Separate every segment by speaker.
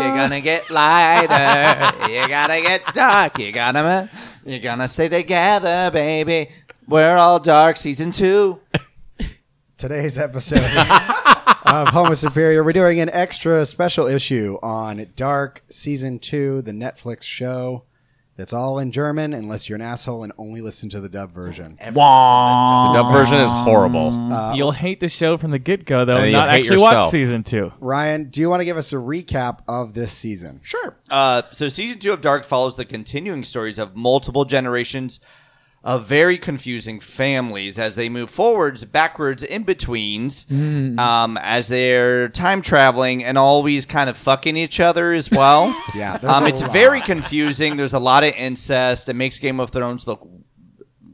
Speaker 1: You're gonna get lighter. you're gonna get dark. You're gonna you're gonna stay together, baby. We're all dark. Season two.
Speaker 2: Today's episode of Homo Superior, we're doing an extra special issue on Dark Season 2, the Netflix show that's all in German, unless you're an asshole and only listen to the dub version.
Speaker 3: The dub version is horrible.
Speaker 4: You'll hate the show from the get go, though,
Speaker 3: And
Speaker 4: and
Speaker 3: you'll
Speaker 4: not
Speaker 3: hate
Speaker 4: actually
Speaker 3: yourself.
Speaker 4: watch season two.
Speaker 2: Ryan, do you want to give us a recap of this season?
Speaker 1: Sure. Uh, so season two of Dark follows the continuing stories of multiple generations of very confusing families as they move forwards, backwards, in betweens, um, as they're time traveling and always kind of fucking each other as well.
Speaker 2: Yeah, there's
Speaker 1: um,
Speaker 2: a
Speaker 1: it's
Speaker 2: lot.
Speaker 1: very confusing. There's a lot of incest. It makes Game of Thrones look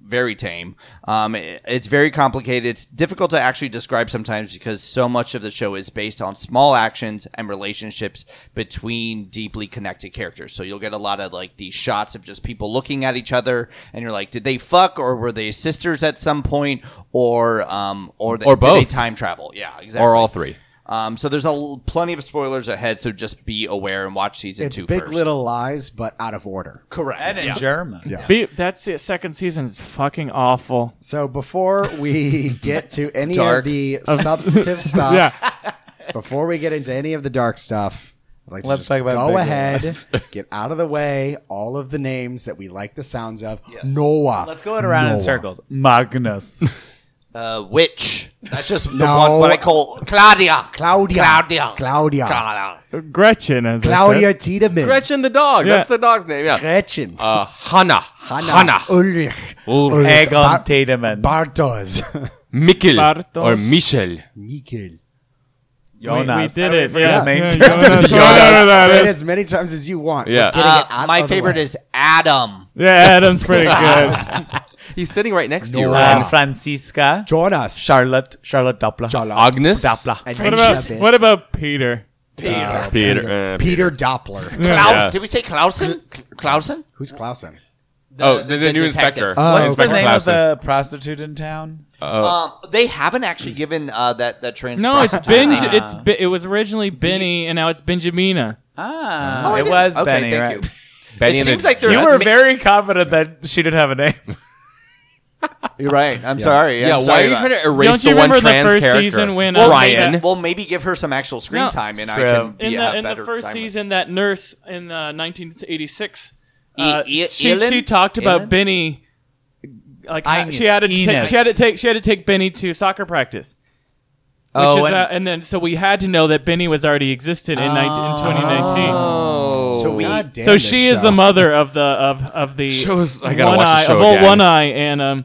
Speaker 1: very tame. Um, it- it's very complicated. It's difficult to actually describe sometimes because so much of the show is based on small actions and relationships between deeply connected characters. So you'll get a lot of like these shots of just people looking at each other, and you're like, did they fuck or were they sisters at some point, or um, or, they,
Speaker 3: Or
Speaker 1: did they
Speaker 3: both.
Speaker 1: time travel? Yeah, exactly.
Speaker 3: Or all three.
Speaker 1: Um, so there's a l- plenty of spoilers ahead. So just be aware and watch season
Speaker 2: It's
Speaker 1: two
Speaker 2: Big
Speaker 1: first.
Speaker 2: Little Lies, but out of order.
Speaker 1: Correct.
Speaker 5: And in
Speaker 1: Yeah.
Speaker 5: German.
Speaker 4: Be- that's it. Second season is fucking awful.
Speaker 2: So before we get to any of
Speaker 1: Dark.
Speaker 2: the substantive stuff,
Speaker 4: Yeah.
Speaker 2: before we get into any of the dark stuff, I'd like to
Speaker 5: Let's
Speaker 2: just
Speaker 5: talk about
Speaker 2: go
Speaker 5: Big Little
Speaker 2: ahead,
Speaker 5: Lies.
Speaker 2: get out of the way all of the names that we like the sounds of.
Speaker 1: Yes.
Speaker 2: Noah.
Speaker 5: Let's go around in
Speaker 2: Noah.
Speaker 5: circles. Magnus.
Speaker 1: Uh, witch. That's just the
Speaker 2: No.
Speaker 1: one what I call Claudia.
Speaker 2: Claudia.
Speaker 1: Claudia.
Speaker 2: Claudia.
Speaker 1: Claudia.
Speaker 4: Gretchen, as
Speaker 2: Claudia
Speaker 4: I
Speaker 2: Tiedemann.
Speaker 3: Gretchen the dog.
Speaker 4: Yeah.
Speaker 3: That's the dog's name. Yeah.
Speaker 2: Gretchen.
Speaker 3: Uh, Hannah.
Speaker 2: Hannah.
Speaker 4: Uh,
Speaker 2: Ulrich.
Speaker 3: Ulrich.
Speaker 2: Ulrich.
Speaker 5: Egon
Speaker 2: Bar-
Speaker 5: Tiedemann.
Speaker 2: Bartos.
Speaker 3: Mikkel.
Speaker 4: Bartos.
Speaker 3: Or Michel.
Speaker 2: Mikkel.
Speaker 4: said. We, we
Speaker 5: Jonas.
Speaker 3: Oh,
Speaker 4: did
Speaker 5: I
Speaker 4: it.
Speaker 5: forgot
Speaker 4: Yeah.
Speaker 5: the main
Speaker 4: Yeah,
Speaker 5: character.
Speaker 4: Jonas.
Speaker 2: Say it
Speaker 4: Jonas.
Speaker 2: as many times as you want.
Speaker 3: Yeah.
Speaker 2: We're getting
Speaker 1: Uh,
Speaker 2: it out
Speaker 1: my
Speaker 2: of the
Speaker 1: favorite
Speaker 2: way.
Speaker 1: is Adam.
Speaker 4: Yeah, Adam's pretty good.
Speaker 3: He's sitting right next to you.
Speaker 2: No.
Speaker 3: Ryan.
Speaker 5: And Francisca.
Speaker 2: Jonas.
Speaker 5: Charlotte. Charlotte Doppler.
Speaker 3: Agnes.
Speaker 5: Doppler.
Speaker 2: And
Speaker 4: What about
Speaker 2: Elisabeth.
Speaker 4: what about Peter?
Speaker 3: Peter. uh,
Speaker 2: Peter Doppler.
Speaker 1: Clau-
Speaker 3: Yeah.
Speaker 1: Did we say Clausen? Clausen?
Speaker 2: Who's Clausen?
Speaker 3: oh, the, the, new
Speaker 1: detective. Uh,
Speaker 3: inspector.
Speaker 2: Oh,
Speaker 5: What's the
Speaker 3: Inspector
Speaker 5: name of
Speaker 3: Clausen.
Speaker 5: the prostitute in town?
Speaker 1: Um, they haven't actually given uh, that that trans.
Speaker 4: No, it's
Speaker 1: prostitute
Speaker 3: Ah.
Speaker 4: Benj.
Speaker 1: name.
Speaker 4: It's Bi- it was originally Benny, and now it's Benjamina.
Speaker 5: Ah,
Speaker 1: Oh, I
Speaker 5: it
Speaker 1: did-
Speaker 5: was
Speaker 1: okay,
Speaker 5: Benny,
Speaker 1: thank
Speaker 5: right?
Speaker 3: Benny
Speaker 1: it
Speaker 3: and the
Speaker 1: seems like there's
Speaker 5: You
Speaker 1: a
Speaker 5: were
Speaker 1: mix-
Speaker 5: very confident that she didn't have a name.
Speaker 1: You're right. I'm sorry. I'm
Speaker 3: Yeah, why
Speaker 1: sorry
Speaker 3: are you
Speaker 1: about-
Speaker 3: trying to
Speaker 4: Don't
Speaker 3: erase
Speaker 4: you
Speaker 3: the one
Speaker 4: remember the
Speaker 3: trans
Speaker 4: first
Speaker 3: character?
Speaker 4: season when
Speaker 1: Well,
Speaker 4: uh,
Speaker 3: Ryan.
Speaker 1: Maybe, well, maybe give her some actual screen
Speaker 4: No.
Speaker 1: time, and I
Speaker 5: True.
Speaker 1: can be
Speaker 4: in
Speaker 1: have
Speaker 4: the in the
Speaker 1: better
Speaker 4: first
Speaker 1: time with-
Speaker 4: season that nurse in uh, 1986 uh,
Speaker 1: E- E-
Speaker 4: she,
Speaker 1: Ellen?
Speaker 4: she talked about
Speaker 1: Ellen?
Speaker 4: Benny like
Speaker 5: Ines.
Speaker 4: she had to take,
Speaker 5: Ines.
Speaker 4: she had to take she had to take Benny to soccer practice which
Speaker 5: Oh,
Speaker 4: is, and,
Speaker 5: and-
Speaker 4: uh, and then so we had to know that Benny was already existed in, 19, in 2019
Speaker 3: Oh.
Speaker 2: So we.
Speaker 4: so she is the mother of the of of the
Speaker 3: Shows- I gotta
Speaker 4: one
Speaker 3: watch the
Speaker 4: eye
Speaker 3: show
Speaker 4: of old
Speaker 3: again.
Speaker 4: one eye and um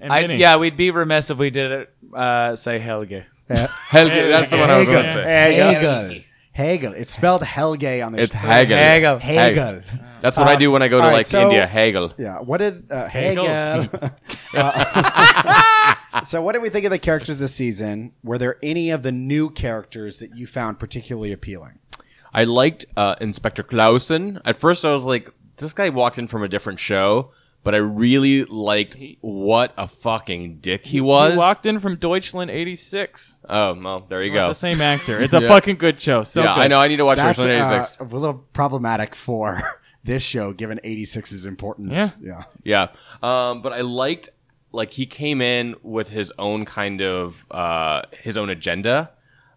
Speaker 4: and
Speaker 5: I,
Speaker 4: Benny.
Speaker 5: yeah, we'd be remiss if we didn't uh, say Helge.
Speaker 3: Helge, that's the one I was going to
Speaker 2: Hegel.
Speaker 3: say.
Speaker 2: Hegel. Hegel. It's spelled Helge on the.
Speaker 3: It's Hegel.
Speaker 5: Hegel.
Speaker 2: Hegel.
Speaker 3: That's what I do when I go to
Speaker 2: all right,
Speaker 3: like
Speaker 2: so-
Speaker 3: India. Hegel.
Speaker 2: Yeah. What did uh,
Speaker 4: Hegel.
Speaker 2: Hegel? Uh, so, what did we think of the characters this season? Were there any of the new characters that you found particularly appealing?
Speaker 3: I liked uh, Inspector Clausen. At first, I was like, this guy walked in from a different show, but I really liked what a fucking dick he was.
Speaker 4: He walked in from Deutschland 86
Speaker 3: oh, well, there you
Speaker 4: It's
Speaker 3: go.
Speaker 4: the same actor it's a fucking good show so
Speaker 3: yeah,
Speaker 4: good.
Speaker 3: I know. I need to watch
Speaker 2: That's
Speaker 3: Richland
Speaker 2: uh,
Speaker 3: 86.
Speaker 2: a little problematic for this show, given 86's importance.
Speaker 4: Yeah.
Speaker 2: Yeah.
Speaker 3: Yeah. Um, but I liked like he came in with his own kind of uh, his own agenda,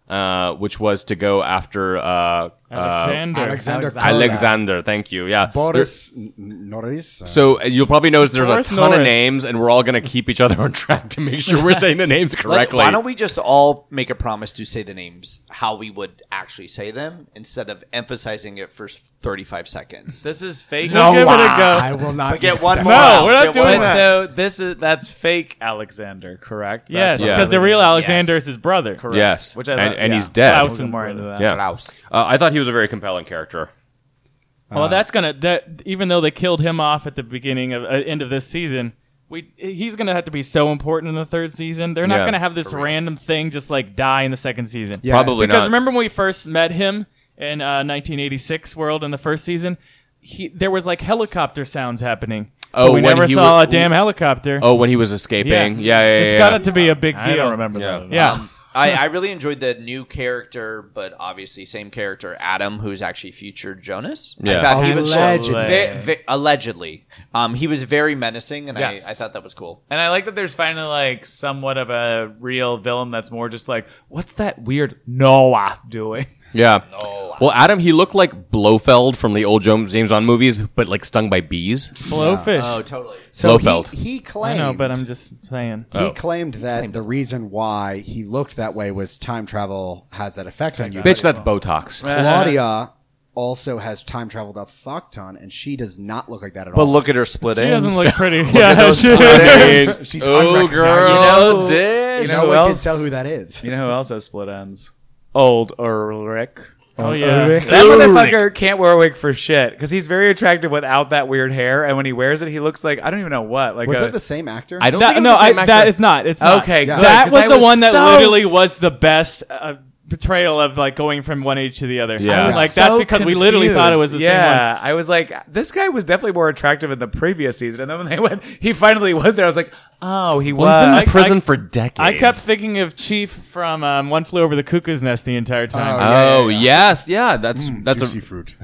Speaker 3: uh, which was to go after uh, uh,
Speaker 4: Alexander
Speaker 2: Alexander.
Speaker 5: Alexander.
Speaker 2: Kolar.
Speaker 3: Alexander. Thank you. Yeah.
Speaker 2: Boris N- Norris. uh,
Speaker 3: So uh, you'll probably notice there's
Speaker 4: Boris
Speaker 3: a ton of
Speaker 4: Norris.
Speaker 3: names, and we're all gonna keep each other on track to make sure we're saying the names
Speaker 1: Let-
Speaker 3: correctly.
Speaker 1: Why don't we just all make a promise to say the names how we would actually say them instead of emphasizing it for 35 seconds?
Speaker 5: This is fake.
Speaker 4: We'll give it a go.
Speaker 2: I will not.
Speaker 1: We get
Speaker 2: make
Speaker 1: one
Speaker 2: that.
Speaker 1: more.
Speaker 4: No, we're not
Speaker 1: Get
Speaker 4: doing
Speaker 1: one
Speaker 5: But
Speaker 1: more.
Speaker 4: that.
Speaker 5: so this is that's fake Alexander, correct?
Speaker 4: Yes,
Speaker 5: That's
Speaker 4: because
Speaker 3: Yeah.
Speaker 5: what
Speaker 4: the
Speaker 5: we-
Speaker 4: real
Speaker 5: yes.
Speaker 4: Alexander is his brother.
Speaker 5: Correct.
Speaker 3: Yes.
Speaker 5: which I
Speaker 3: And-
Speaker 5: thought-
Speaker 3: and
Speaker 5: yeah.
Speaker 3: he's dead.
Speaker 5: I
Speaker 4: I
Speaker 5: was
Speaker 4: wasn't
Speaker 5: more
Speaker 4: worried
Speaker 5: into that.
Speaker 3: Yeah. Uh,
Speaker 1: Klaus.
Speaker 3: I thought he was a very compelling character.
Speaker 5: Uh-huh.
Speaker 4: Well, that's gonna that even though they killed him off at the beginning of uh, end of this season, we he's gonna have to be so important in the third season. They're not
Speaker 3: Yeah,
Speaker 4: gonna have this
Speaker 3: for real.
Speaker 4: random thing just like die in the second season.
Speaker 2: Yeah.
Speaker 3: Probably
Speaker 4: because
Speaker 3: not.
Speaker 4: remember when we first met him in uh, 1986 world in the first season, he there was like helicopter sounds happening.
Speaker 3: Oh,
Speaker 4: but we
Speaker 3: when
Speaker 4: never
Speaker 3: he
Speaker 4: saw
Speaker 3: wa-
Speaker 4: a damn helicopter.
Speaker 3: oh, when he was escaping. Yeah, yeah, yeah.
Speaker 4: It's
Speaker 3: yeah.
Speaker 4: got to be a big deal.
Speaker 5: I don't remember Um,
Speaker 3: Yeah.
Speaker 5: that. at all.
Speaker 4: Yeah,
Speaker 1: I, I really enjoyed the new character, but obviously same character, Adam, who's actually future Jonas.
Speaker 3: Yeah.
Speaker 1: I thought he was
Speaker 2: Allegedly.
Speaker 1: ve- ve- allegedly. Um, he was very menacing, and
Speaker 5: Yes.
Speaker 1: I, I thought that was cool.
Speaker 5: And I like that there's finally like somewhat of a real villain that's more just like, what's that weird Noah doing?
Speaker 3: Yeah.
Speaker 1: No.
Speaker 3: Well, Adam, he looked like Blofeld from the old James James Bond movies, but like stung by bees.
Speaker 4: Blowfish.
Speaker 1: Oh, totally.
Speaker 2: So he,
Speaker 3: Blofeld.
Speaker 2: he
Speaker 4: I
Speaker 2: claimed.
Speaker 4: know, but I'm just saying.
Speaker 2: He claimed that the reason why he looked that way was time travel has that effect on you.
Speaker 3: Bitch, that's Botox.
Speaker 2: Claudia also has time traveled a fuck ton, and she does not look like that at
Speaker 1: But
Speaker 2: all.
Speaker 1: look at her split
Speaker 4: She doesn't
Speaker 1: ends.
Speaker 4: look pretty. yeah, she-
Speaker 2: She's
Speaker 3: oh,
Speaker 2: unrecognizable.
Speaker 3: girl,
Speaker 5: You know-
Speaker 3: dish.
Speaker 5: you
Speaker 2: no
Speaker 5: know
Speaker 2: one
Speaker 5: who
Speaker 2: can
Speaker 5: else?
Speaker 2: tell who that is.
Speaker 5: You know who else has split ends? Old Ulrich.
Speaker 4: oh yeah.
Speaker 5: That motherfucker can't wear a wig for shit because he's very attractive without that weird hair, and when he wears it, he looks like I don't even know what. Like
Speaker 2: Was
Speaker 5: a,
Speaker 2: that the same actor?
Speaker 3: I don't
Speaker 4: That-
Speaker 3: think it
Speaker 4: no,
Speaker 3: was the
Speaker 4: I,
Speaker 3: same
Speaker 4: that
Speaker 3: actor.
Speaker 4: is not. It's not.
Speaker 5: Okay, good,
Speaker 4: That
Speaker 5: 'cause
Speaker 4: was
Speaker 5: I
Speaker 4: the
Speaker 5: was
Speaker 4: one that
Speaker 5: so-
Speaker 4: literally was the best uh, portrayal of like going from one age to the other.
Speaker 3: Yeah. I was
Speaker 4: like that's
Speaker 5: so
Speaker 4: because we literally thought it was the
Speaker 5: confused.
Speaker 4: same one.
Speaker 5: yeah, I was like, this guy was definitely more attractive in the previous season, and then when they went, he finally was there. I was like, oh, he
Speaker 3: Well, he's been in
Speaker 5: was.
Speaker 3: prison
Speaker 4: I-
Speaker 3: for decades.
Speaker 4: I kept thinking of Chief from um, One Flew Over the Cuckoo's Nest the entire time.
Speaker 3: Oh yes, yeah. That's
Speaker 2: Mm,
Speaker 3: that's a
Speaker 2: fruit.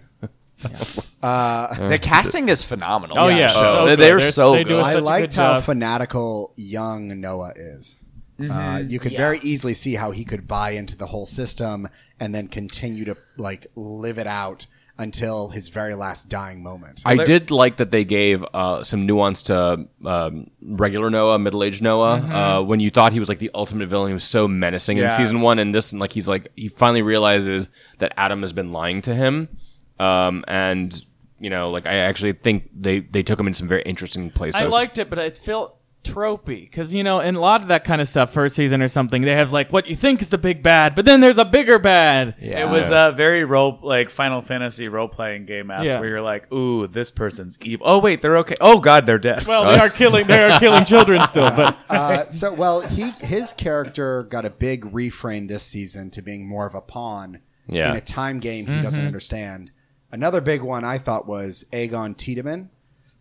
Speaker 1: The casting is phenomenal.
Speaker 4: Oh, yeah. So
Speaker 1: they're,
Speaker 4: good.
Speaker 1: they're
Speaker 4: They're-
Speaker 1: so
Speaker 4: they do
Speaker 1: good.
Speaker 4: a-
Speaker 2: I
Speaker 4: such
Speaker 2: liked
Speaker 4: good
Speaker 2: how
Speaker 4: job.
Speaker 2: fanatical young Noah is. Uh, you could very easily see how he could buy into the whole system and then continue to like live it out until his very last dying moment.
Speaker 3: I did like that they gave uh, some nuance to um, regular Noah, middle aged Noah. Uh,
Speaker 4: Mm-hmm.
Speaker 3: when you thought he was like the ultimate villain, he was so menacing in
Speaker 5: Yeah.
Speaker 3: season one, and this, and like he's like he finally realizes that Adam has been lying to him, um, and you know, like I actually think they they took him in some very interesting places.
Speaker 4: I liked it, but it felt tropey because you know in a lot of that kind of stuff, first season or something, they have like what you think is the big bad, but then there's a bigger bad. uh,
Speaker 5: It was a very role like Final Fantasy role playing game ass
Speaker 4: Yeah.
Speaker 5: where you're like, ooh, this person's evil. Oh wait, they're okay. Oh god, they're dead.
Speaker 4: Well, they are killing. They are killing children still, but
Speaker 2: Uh, so well, he his character got a big reframe this season to being more of a pawn
Speaker 3: Yeah.
Speaker 2: in a time game he doesn't understand. Another big one I thought was Aegon Tiedemann,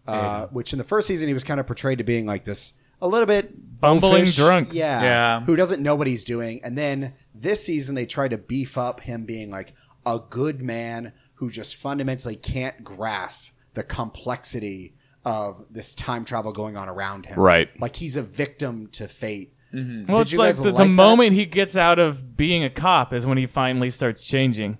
Speaker 2: uh, which in the first season he was kind of portrayed to being like this a little bit
Speaker 4: Bumbling
Speaker 2: bumfish-
Speaker 4: drunk.
Speaker 2: yeah,
Speaker 5: Yeah.
Speaker 2: who doesn't know what he's doing. And then this season they tried to beef up him being like a good man who just fundamentally can't grasp the complexity of this time travel going on around him.
Speaker 3: Right.
Speaker 2: like he's a victim to fate.
Speaker 4: well,
Speaker 2: Did
Speaker 4: it's
Speaker 2: you
Speaker 4: like
Speaker 2: guys
Speaker 4: the,
Speaker 2: like
Speaker 4: the
Speaker 2: that?
Speaker 4: moment he gets out of being a cop is when he finally starts changing.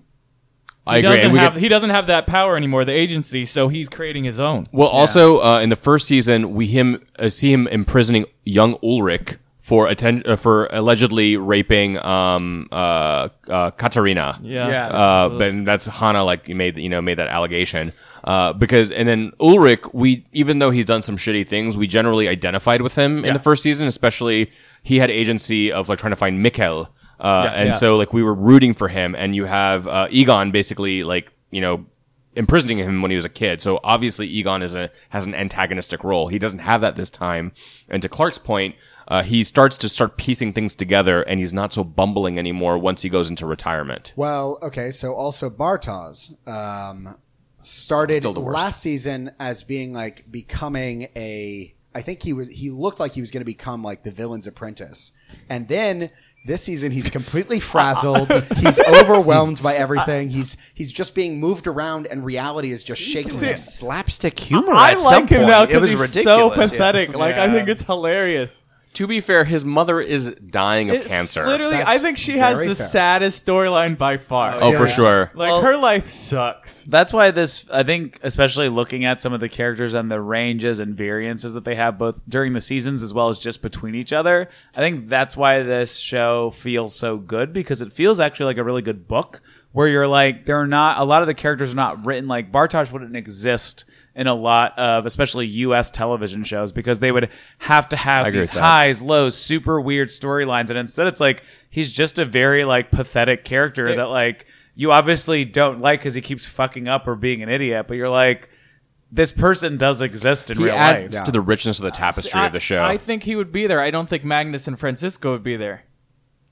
Speaker 3: I
Speaker 4: He
Speaker 3: agree.
Speaker 4: doesn't
Speaker 3: We
Speaker 4: have
Speaker 3: get-
Speaker 4: he doesn't have that power anymore, the agency, so he's creating his own.
Speaker 3: well, also uh, in the first season, we him uh, see him imprisoning young Ulrich. For atten- uh, for allegedly raping um, uh, uh, Katarina,
Speaker 4: Yeah.
Speaker 5: Yes.
Speaker 3: Uh, but and that's Hana like made you know made that allegation uh, because and then Ulrich we even though he's done some shitty things we generally identified with him in the first season especially he had agency of like trying to find Mikkel uh, and so like we were rooting for him and you have uh, Egon basically like you know imprisoning him when he was a kid so obviously Egon is a has an antagonistic role he doesn't have that this time and to Clark's point. Uh, he starts to start piecing things together, and he's not so bumbling anymore once he goes into retirement.
Speaker 2: Well, okay, so also Bartoz um, started
Speaker 3: Still the worst.
Speaker 2: last season as being like becoming a. I think he was he looked like he was going to become like the villain's apprentice, and then this season he's completely frazzled. he's overwhelmed by everything. He's he's just being moved around, and reality is just shaking him.
Speaker 1: slapstick humor.
Speaker 4: I
Speaker 1: at some
Speaker 4: like him
Speaker 1: point.
Speaker 4: now
Speaker 1: It
Speaker 4: because
Speaker 1: was
Speaker 4: he's so
Speaker 1: ridiculous, yeah.
Speaker 4: pathetic. Like I
Speaker 5: Yeah.
Speaker 4: think it's hilarious.
Speaker 3: To be fair, his mother is dying
Speaker 1: Oh,
Speaker 3: of
Speaker 4: It's
Speaker 3: cancer.
Speaker 4: Literally,
Speaker 2: That's
Speaker 4: I think she has
Speaker 2: very
Speaker 4: the
Speaker 2: fair.
Speaker 4: saddest storyline by far.
Speaker 3: oh,
Speaker 2: Yeah.
Speaker 3: for sure.
Speaker 4: Like her life sucks.
Speaker 5: That's why this, I think, especially looking at some of the characters and the ranges and variances that they have both during the seasons as well as just between each other. I think that's why this show feels so good because it feels actually like a really good book where you're like, there are not, a lot of the characters are not written like Bartosh wouldn't exist in a lot of especially US television shows because they would have to have
Speaker 3: agree
Speaker 5: these
Speaker 3: with that.
Speaker 5: highs, lows, super weird storylines and instead it's like he's just a very like pathetic character that like you obviously don't like because he keeps fucking up or being an idiot, but you're like, this person does exist in
Speaker 3: He
Speaker 5: real
Speaker 3: adds
Speaker 5: life.
Speaker 3: to the richness of the tapestry
Speaker 4: I,
Speaker 3: of the show.
Speaker 4: I think he would be there. I don't think Magnus and Francisco would be there.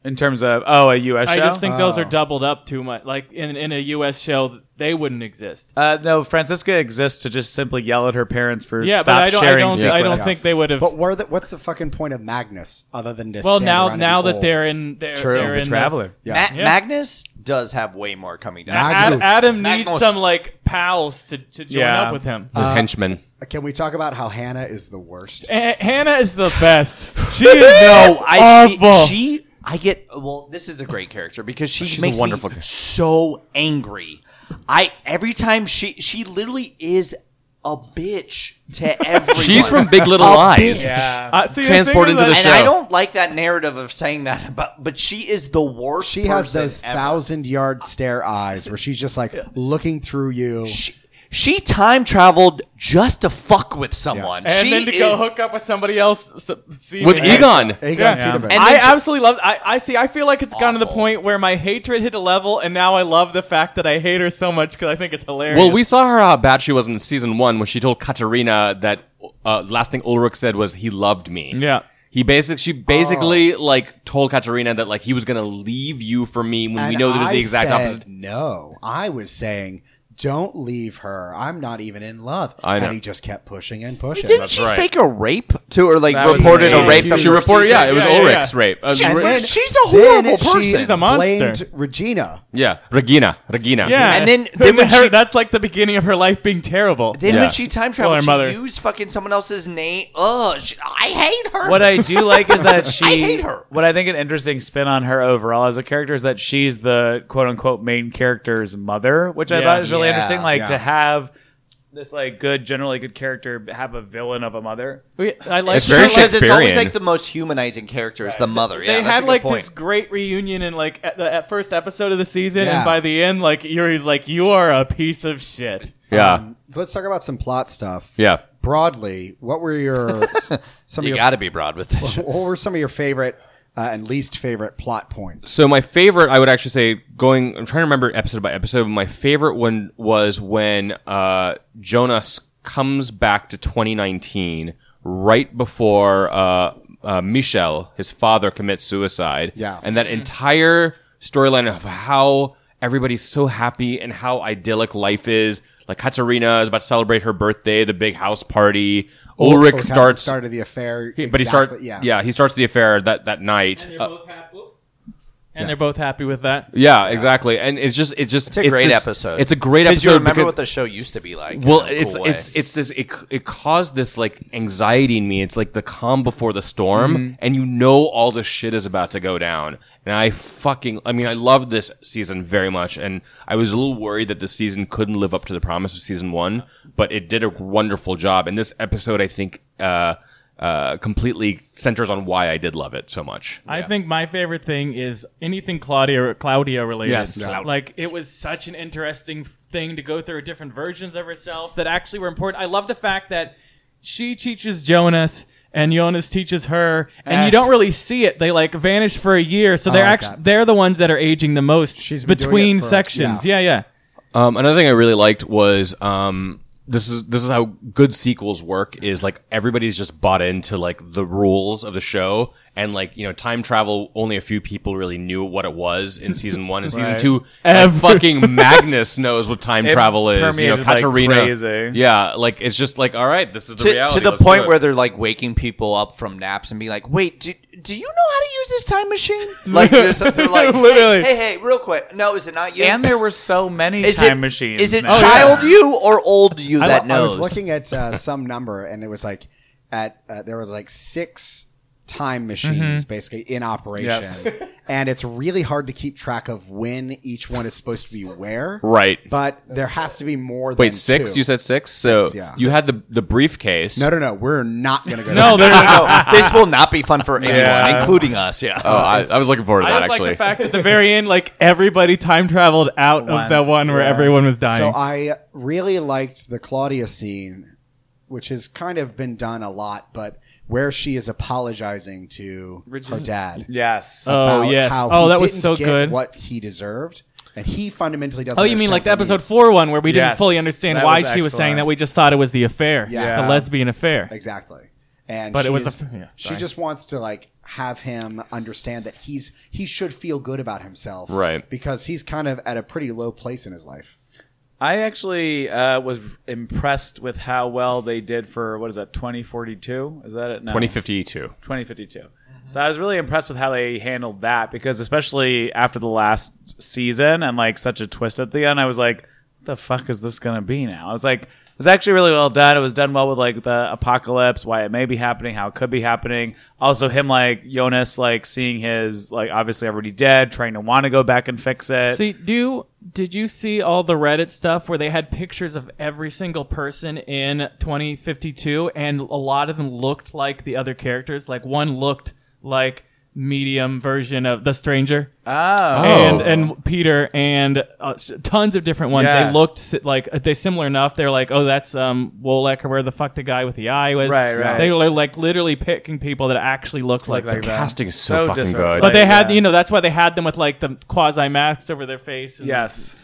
Speaker 5: in terms of oh a U.S.
Speaker 4: I
Speaker 5: show.
Speaker 4: just think those
Speaker 2: Oh.
Speaker 4: are doubled up too much. Like in, in a U.S. show, they wouldn't exist.
Speaker 5: uh, no, Francisca exists to just simply yell at her parents for
Speaker 4: Yeah,
Speaker 5: stop
Speaker 4: but I don't. I
Speaker 5: sharing.
Speaker 4: don't. I
Speaker 5: sequence.
Speaker 4: don't think they would have.
Speaker 2: But where the, what's the fucking point of Magnus other than to
Speaker 4: Well,
Speaker 2: stand around
Speaker 4: now
Speaker 2: and
Speaker 4: now
Speaker 2: be
Speaker 4: that they're
Speaker 2: old?
Speaker 4: in, they're,
Speaker 5: True.
Speaker 4: they're
Speaker 5: He's
Speaker 4: in
Speaker 5: a
Speaker 4: the-
Speaker 5: traveler.
Speaker 2: Yeah.
Speaker 1: Ma-
Speaker 4: Yeah.
Speaker 1: Magnus does have way more coming down.
Speaker 4: A-
Speaker 2: Mag-
Speaker 4: Ad-
Speaker 2: Magnus.
Speaker 4: Adam needs
Speaker 1: Magnus.
Speaker 4: some like pals to, to join
Speaker 5: Yeah.
Speaker 4: up with him.
Speaker 3: His henchmen.
Speaker 2: Can we talk about how Hannah is the worst?
Speaker 4: A- Hannah is the best. She is
Speaker 1: no, I she,
Speaker 4: awful.
Speaker 1: she I get well. This is a great character because she
Speaker 3: She's a
Speaker 1: makes
Speaker 3: wonderful
Speaker 1: me
Speaker 3: character.
Speaker 1: so angry. I every time she she literally is a bitch to everyone.
Speaker 3: She's from Big Little
Speaker 1: A
Speaker 3: Lies.
Speaker 1: bitch.
Speaker 5: Yeah.
Speaker 4: Uh, see, the
Speaker 3: Transport
Speaker 4: thing is
Speaker 3: into
Speaker 4: that-
Speaker 3: the
Speaker 1: And I
Speaker 3: show.
Speaker 1: don't like that narrative of saying that about, but she is the worst.
Speaker 2: She has
Speaker 1: person
Speaker 2: those
Speaker 1: ever.
Speaker 2: thousand yard stare eyes where she's just like looking through you.
Speaker 1: She, she time traveled just to fuck with someone.
Speaker 4: And
Speaker 1: she
Speaker 4: then to go
Speaker 1: is-
Speaker 4: hook up with somebody else. So, see,
Speaker 3: With
Speaker 4: man.
Speaker 3: Egon.
Speaker 2: Egon
Speaker 4: Yeah.
Speaker 2: Tiedemann.
Speaker 1: And-
Speaker 4: I
Speaker 1: then to-
Speaker 4: absolutely love. I, I see. I feel like it's gotten to the
Speaker 1: Awful.
Speaker 4: point where my hatred hit a level, and now I love the fact that I hate her so much because I think it's hilarious.
Speaker 3: Well, we saw her how bad she was in season one when she told Katarina that uh, last thing Ulrich said was he loved me.
Speaker 4: Yeah.
Speaker 3: He basic she basically like told Katarina that like he was gonna leave you for me when we
Speaker 2: And
Speaker 3: know this is
Speaker 2: I
Speaker 3: the exact
Speaker 2: said
Speaker 3: opposite.
Speaker 2: No, I was saying, don't leave her. I'm not even in love.
Speaker 3: I know.
Speaker 2: And he just kept pushing and pushing.
Speaker 1: Didn't she
Speaker 3: right.
Speaker 1: fake a rape to or like
Speaker 5: That was
Speaker 1: reported a
Speaker 5: amazing.
Speaker 1: rape? from
Speaker 3: She
Speaker 1: the
Speaker 3: reported, yeah, it was
Speaker 4: Yeah, yeah,
Speaker 3: Ulrich's
Speaker 4: yeah.
Speaker 3: rape. Uh,
Speaker 1: And
Speaker 3: Re-
Speaker 1: then- she's a
Speaker 2: Then
Speaker 1: horrible
Speaker 2: she
Speaker 1: person. She's
Speaker 4: a monster.
Speaker 2: Blamed Regina.
Speaker 3: yeah, Regina, Regina.
Speaker 4: Yeah,
Speaker 1: And then-
Speaker 4: Who
Speaker 1: then when
Speaker 4: knew-
Speaker 1: she-
Speaker 4: that's like the beginning of her life being terrible.
Speaker 1: Then
Speaker 3: Yeah.
Speaker 1: when she time
Speaker 4: her
Speaker 1: traveled,
Speaker 4: mother.
Speaker 1: she used fucking someone else's name. Ugh, she, I hate her.
Speaker 5: What I do like is that she.
Speaker 1: hate her.
Speaker 5: What I think an interesting spin on her overall as a character is that she's the quote unquote main character's mother, which I
Speaker 4: Yeah.
Speaker 5: thought was really
Speaker 1: Yeah,
Speaker 5: interesting. Like
Speaker 2: yeah.
Speaker 5: to have this like good, generally good character have a villain of a mother.
Speaker 4: We- I like
Speaker 3: It's very
Speaker 4: she-
Speaker 1: because it's always
Speaker 3: Shakespearean.
Speaker 1: like the most humanizing character is the mother. Yeah,
Speaker 4: they
Speaker 1: that's a
Speaker 4: had
Speaker 1: good
Speaker 4: like
Speaker 1: point.
Speaker 4: this great reunion in like at the at first episode of the season,
Speaker 2: Yeah.
Speaker 4: and by the end, like Yuri's like, "You are a piece of shit."
Speaker 3: yeah,
Speaker 2: So let's talk about some plot stuff.
Speaker 3: yeah.
Speaker 2: Broadly, what were your s- some
Speaker 1: You
Speaker 2: of
Speaker 1: got
Speaker 2: your
Speaker 1: to be broad with this.
Speaker 2: what were some of your favorite uh, and least favorite plot points?
Speaker 3: So my favorite, I would actually say, going. I'm trying to remember episode by episode. but My favorite one was when uh, Jonas comes back to 2019, right before uh, uh, Michel, his father, commits suicide.
Speaker 2: Yeah.
Speaker 3: and that entire storyline of how everybody's so happy and how idyllic life is. Like Katarina is about to celebrate her birthday, the big house party. Ulrich
Speaker 2: Or Oh, has the
Speaker 3: starts,
Speaker 2: start of the affair,
Speaker 3: he- but he
Speaker 2: exactly-
Speaker 3: starts, yeah. he starts the affair that that night. Uh,
Speaker 4: And they're both happy with that.
Speaker 3: Yeah, exactly. And it's just it's just it's
Speaker 1: a great
Speaker 3: this-
Speaker 1: episode.
Speaker 3: It's a great episode.
Speaker 1: Because you remember
Speaker 3: because-
Speaker 1: what the show used to be like. in
Speaker 3: well,
Speaker 1: a
Speaker 3: it's
Speaker 1: cool
Speaker 3: it's
Speaker 1: way.
Speaker 3: it's this it, it caused this like anxiety in me. It's like the calm before the storm,
Speaker 1: Mm-hmm.
Speaker 3: and you know all the shit is about to go down. And I fucking I mean I loved this season very much, and I was a little worried that this season couldn't live up to the promise of season one, but it did a wonderful job. And this episode, I think. uh uh, completely centers on why I did love it so much.
Speaker 4: I think my favorite thing is anything Claudia Claudia related.
Speaker 3: Yes. Yeah.
Speaker 4: Like it was such an interesting thing to go through different versions of herself that actually were important. I love the fact that she teaches Jonas and Jonas teaches her and you
Speaker 5: Yes.
Speaker 4: don't really see it. They like vanish for a year. So they're
Speaker 2: like
Speaker 4: actually
Speaker 2: that.
Speaker 4: they're the ones that are aging the most
Speaker 2: She's been doing
Speaker 4: between
Speaker 2: it for-
Speaker 4: sections. Yeah,
Speaker 2: yeah.
Speaker 4: yeah.
Speaker 3: Um, another thing I really liked was um, this is this is how good sequels work is like everybody's just bought into like the rules of the show and like you know time travel only a few people really knew what it was in season one and season
Speaker 5: Right.
Speaker 3: two and
Speaker 4: Every-
Speaker 3: fucking Magnus knows what time
Speaker 5: It
Speaker 3: travel is you know
Speaker 5: permeated like
Speaker 3: Katarina
Speaker 5: crazy.
Speaker 3: yeah like it's just like all right this is the
Speaker 1: to,
Speaker 3: reality
Speaker 1: to the
Speaker 3: let's do
Speaker 1: point
Speaker 3: it.
Speaker 1: where they're like waking people up from naps and be like, "Wait, do, do you know how to use this time machine?" Like just- they're like,
Speaker 4: Literally.
Speaker 1: Hey, hey, hey, real quick. No, is it not you?
Speaker 5: And there were so many
Speaker 1: is
Speaker 5: time
Speaker 1: it,
Speaker 5: machines.
Speaker 1: Is it
Speaker 5: now.
Speaker 1: child you or old you
Speaker 2: I,
Speaker 1: that
Speaker 2: I
Speaker 1: knows?
Speaker 2: was looking at uh, some number, and it was like at uh, there was like six
Speaker 3: Mm-hmm.
Speaker 2: time machines basically in operation,
Speaker 5: Yes.
Speaker 2: and it's really hard to keep track of when each one is supposed to be where.
Speaker 3: Right.
Speaker 2: But there has to be more. than
Speaker 3: wait six
Speaker 2: two.
Speaker 3: you said six so
Speaker 2: yeah.
Speaker 3: you had the the briefcase
Speaker 2: No, no, no. We're not going to go.
Speaker 3: Oh,
Speaker 4: No,
Speaker 2: there.
Speaker 4: they're
Speaker 1: no, this will not be fun for anyone,
Speaker 5: Yeah.
Speaker 1: including us. Yeah.
Speaker 3: oh I, I was looking forward to
Speaker 4: I
Speaker 3: that
Speaker 4: just
Speaker 3: actually
Speaker 4: like the fact at the very end, like everybody time traveled out
Speaker 5: Once,
Speaker 4: of the one where
Speaker 5: yeah.
Speaker 4: everyone was dying.
Speaker 2: So uh, I really liked the Claudia scene, which has kind of been done a lot, but where she is apologizing to her dad.
Speaker 5: Yes.
Speaker 4: Oh,
Speaker 2: about
Speaker 4: yes.
Speaker 2: how
Speaker 4: Oh,
Speaker 2: he
Speaker 4: that was
Speaker 2: didn't
Speaker 4: so
Speaker 2: get
Speaker 4: good.
Speaker 2: What he deserved, and he fundamentally doesn't.
Speaker 4: Oh, you mean like the
Speaker 2: understand
Speaker 4: episode
Speaker 2: what he
Speaker 4: four one where we didn't
Speaker 5: Yes,
Speaker 4: fully understand
Speaker 5: that
Speaker 4: why
Speaker 5: was
Speaker 4: she was saying
Speaker 5: excellent.
Speaker 4: that? We just thought it was the affair,
Speaker 2: Yeah.
Speaker 4: the lesbian affair.
Speaker 2: needs. exactly. And
Speaker 4: But it
Speaker 2: she
Speaker 4: was
Speaker 2: is-
Speaker 4: the- yeah,
Speaker 2: she
Speaker 4: sorry.
Speaker 2: just wants to like have him understand that he's he should feel good about himself,
Speaker 3: Right.
Speaker 2: Because he's kind of at a pretty low place in his life.
Speaker 5: I actually uh, was impressed with how well they did for what is that 2042? Is that it? No.
Speaker 3: 2052.
Speaker 5: 2052. So I was really impressed with how they handled that because especially after the last season and like such a twist at the end, I was like, what the fuck is this gonna be now? I was like, it was actually really well done. It was done well with like the apocalypse, why it may be happening, how it could be happening. Also him like Jonas like seeing his like obviously already dead, trying to want to go back and fix it.
Speaker 4: See, do you, did you see all the Reddit stuff where they had pictures of every single person in 2052, and a lot of them looked like the other characters? Like one looked like medium version of the stranger,
Speaker 5: oh.
Speaker 4: and and Peter, and uh, s- tons of different ones.
Speaker 5: Yeah.
Speaker 4: They looked si- like uh, they similar enough. They're like, oh, that's um Wolek or where the fuck the guy with the eye was.
Speaker 5: Right, right.
Speaker 4: They were like literally picking people that actually looked like,
Speaker 5: like
Speaker 4: the
Speaker 5: that.
Speaker 3: Casting is so,
Speaker 5: So
Speaker 3: fucking
Speaker 5: disappointing.
Speaker 3: good.
Speaker 4: But they had,
Speaker 5: Yeah.
Speaker 4: you know, that's why they had them with like the quasi masks over their face. And
Speaker 5: Yes.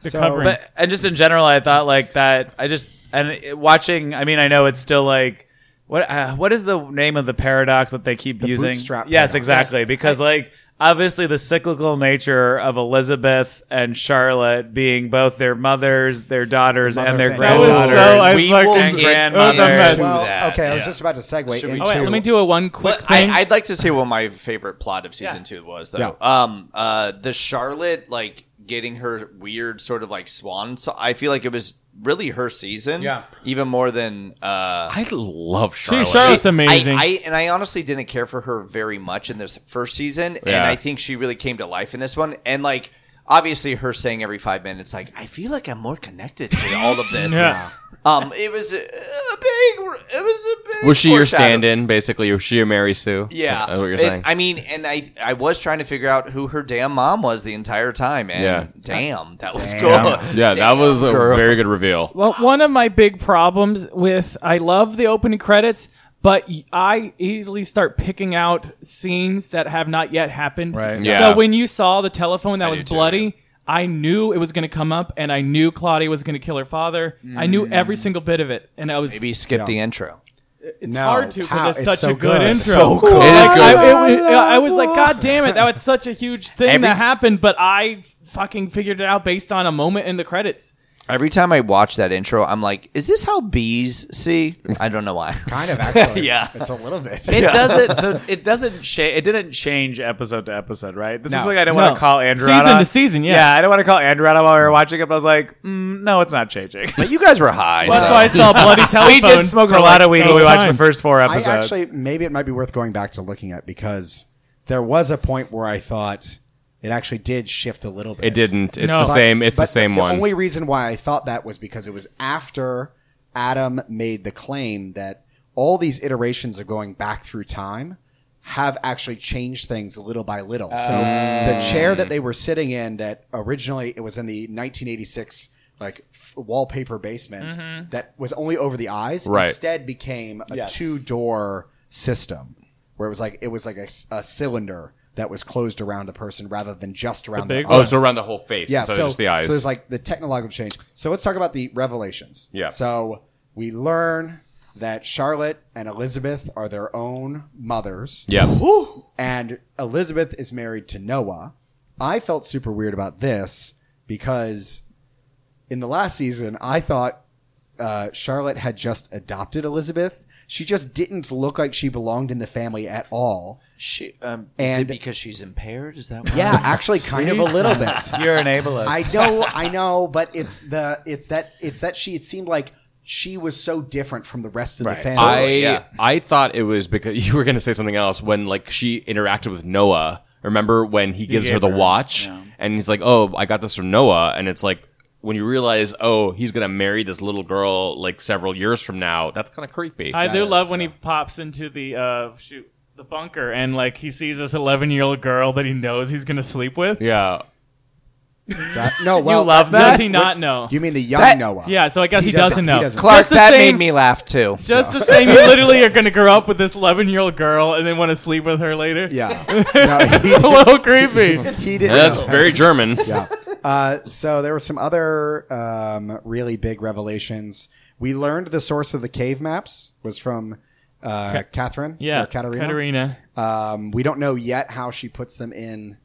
Speaker 4: the
Speaker 2: So-
Speaker 4: coverings.
Speaker 5: but and just in general, I thought like that. I just and it- watching. I mean, I know it's still like what uh, what is the name of the paradox that they keep using?
Speaker 2: bootstrap
Speaker 5: yes,
Speaker 2: paradox.
Speaker 5: exactly. Because like obviously the cyclical nature of Elizabeth and Charlotte being both their mothers, their daughters, and
Speaker 2: Mothers
Speaker 5: their
Speaker 2: and
Speaker 5: granddaughters.
Speaker 2: daughters.
Speaker 5: I
Speaker 1: We
Speaker 5: fucking
Speaker 1: will get
Speaker 5: grandmother.
Speaker 1: into
Speaker 5: That's a mess.
Speaker 2: Well,
Speaker 1: that.
Speaker 2: okay, I was
Speaker 1: Yeah.
Speaker 2: just about to segue into.
Speaker 4: Oh, wait, let me do a one quick
Speaker 1: But
Speaker 4: thing.
Speaker 1: I, I'd like to say what my favorite plot of season
Speaker 4: Yeah.
Speaker 1: two was, though. Um, uh, the Charlotte like getting her weird sort of like swan. So I feel like it was really her season.
Speaker 5: Yeah.
Speaker 1: even more than uh,
Speaker 3: I love
Speaker 4: Dude,
Speaker 3: Charlotte.
Speaker 4: Charlotte's
Speaker 1: I-
Speaker 4: amazing.
Speaker 1: I, and I honestly didn't care for her very much in this first season, and
Speaker 3: Yeah.
Speaker 1: I think she really came to life in this one. And like, obviously, her saying every five minutes, like, "I feel like I'm more connected to all of this."
Speaker 4: Yeah.
Speaker 1: Um, it was a, a big. It was a big.
Speaker 3: was she your
Speaker 1: foreshadow-
Speaker 3: stand-in, basically? Was she your Mary Sue?
Speaker 1: Yeah,
Speaker 3: That's what you're
Speaker 1: And-
Speaker 3: saying.
Speaker 1: I mean, and I I was trying to figure out who her damn mom was the entire time, and
Speaker 3: Yeah.
Speaker 1: damn, that was
Speaker 2: Damn.
Speaker 1: cool.
Speaker 3: yeah, that
Speaker 1: Damn,
Speaker 3: was a
Speaker 1: girl.
Speaker 3: very good reveal.
Speaker 4: well, one of my big problems with I love the opening credits, but y- I easily start picking out scenes that have not yet happened.
Speaker 5: Right.
Speaker 3: Yeah.
Speaker 4: So when you saw the telephone that was
Speaker 3: do too,
Speaker 4: bloody, I knew it was going to come up, and I knew Claudia was going to kill her father. I knew every single bit of it, and I was
Speaker 1: maybe skip the intro.
Speaker 4: It's
Speaker 2: No,
Speaker 4: hard to
Speaker 2: how-
Speaker 4: because it's
Speaker 2: it's
Speaker 4: such
Speaker 2: so
Speaker 4: a good,
Speaker 2: good.
Speaker 4: intro.
Speaker 2: So
Speaker 3: It is
Speaker 4: Like,
Speaker 3: good.
Speaker 4: I, it was- I was like, God damn it, that was such a huge thing
Speaker 1: Every
Speaker 4: that
Speaker 1: t-
Speaker 4: happened, but I fucking figured it out based on a moment in the credits.
Speaker 1: Every time I watch that intro, I'm like, is this how bees see? I don't know why.
Speaker 2: Kind of actually,
Speaker 1: Yeah.
Speaker 2: it's a little bit.
Speaker 5: It doesn't. So it doesn't. Cha- it didn't change episode to episode, right? This is
Speaker 2: No.
Speaker 5: something I don't
Speaker 4: No.
Speaker 5: want to call Andrew
Speaker 4: Season
Speaker 5: out on.
Speaker 4: to season, yes.
Speaker 5: Yeah, I don't want to call Andrew out on while we were watching it. But I was like, mm, no, it's not changing.
Speaker 1: But you guys were high.
Speaker 4: That's
Speaker 1: so-
Speaker 4: why I saw bloody telephone.
Speaker 5: we did smoke
Speaker 4: for
Speaker 5: a
Speaker 4: like
Speaker 5: lot of weed when we
Speaker 4: several
Speaker 5: watched the
Speaker 4: times.
Speaker 5: first four
Speaker 2: I
Speaker 5: episodes.
Speaker 2: actually maybe it might be worth going back to looking at because there was a point where I thought it actually did shift a little bit.
Speaker 3: It didn't. It's
Speaker 4: No.
Speaker 3: the
Speaker 4: But-
Speaker 3: same. It's the
Speaker 2: But
Speaker 3: same one.
Speaker 2: The only reason why I thought that was because it was after Adam made the claim that all these iterations of going back through time have actually changed things little by little. So the
Speaker 3: Mm.
Speaker 2: chair that they were sitting in that originally it was in the 1986 like f- wallpaper basement that was only over the eyes
Speaker 3: Right.
Speaker 2: instead became a
Speaker 5: Yes.
Speaker 2: two door system where it was like it was like a, s- a cylinder that was closed around a person rather than just around the
Speaker 4: big
Speaker 3: oh, so around the whole face.
Speaker 2: yeah,
Speaker 3: so,
Speaker 2: so,
Speaker 3: just the eyes.
Speaker 2: So there's like the technological change. So let's talk about the revelations.
Speaker 3: Yeah.
Speaker 2: So we learn that Charlotte and Elizabeth are their own mothers.
Speaker 3: yeah.
Speaker 2: And Elizabeth is married to Noah. I felt super weird about this because in the last season, I thought uh, Charlotte had just adopted Elizabeth. She just didn't look like she belonged in the family at all.
Speaker 1: She, um, is it
Speaker 2: And-
Speaker 1: because she's impaired? Is that why?
Speaker 2: Yeah, actually, kind of a little bit.
Speaker 5: You're an ableist.
Speaker 2: I know, I know, but it's the it's that it's that she. It seemed like she was so different from the rest of the family.
Speaker 3: I
Speaker 1: yeah.
Speaker 3: I thought it was because you were going to say something else when like she interacted with Noah. Remember when he gives her
Speaker 5: gave
Speaker 3: the
Speaker 5: her-
Speaker 3: watch
Speaker 5: yeah.
Speaker 3: and he's like, "Oh, I got this from Noah," and it's like when you realize, "Oh, he's going to marry this little girl like several years from now." That's kind of creepy.
Speaker 4: I do
Speaker 2: is,
Speaker 4: love when he pops into the, uh, shoot, the bunker and like he sees this 11 year old girl that he knows he's going to sleep with.
Speaker 3: yeah.
Speaker 2: no, well,
Speaker 5: you love that.
Speaker 4: Does he not know?
Speaker 2: You mean the young
Speaker 1: That-
Speaker 2: Noah?
Speaker 4: yeah, so I guess he, doesn't, know.
Speaker 2: He doesn't.
Speaker 1: Clark,
Speaker 4: Just the
Speaker 1: that
Speaker 4: same-
Speaker 1: made me laugh too.
Speaker 4: Just the same, you literally are going to grow up with this 11 year old girl and then want to sleep with her later.
Speaker 2: Yeah, no, he,
Speaker 4: a little creepy.
Speaker 2: he didn't.
Speaker 3: That's
Speaker 2: know.
Speaker 3: very German.
Speaker 2: yeah. Uh, so there were some other um, really big revelations. We learned the source of the cave maps was from uh, Catherine.
Speaker 4: Yeah,
Speaker 2: or Katarina.
Speaker 4: Katarina.
Speaker 2: Um, we don't know yet how she puts them in.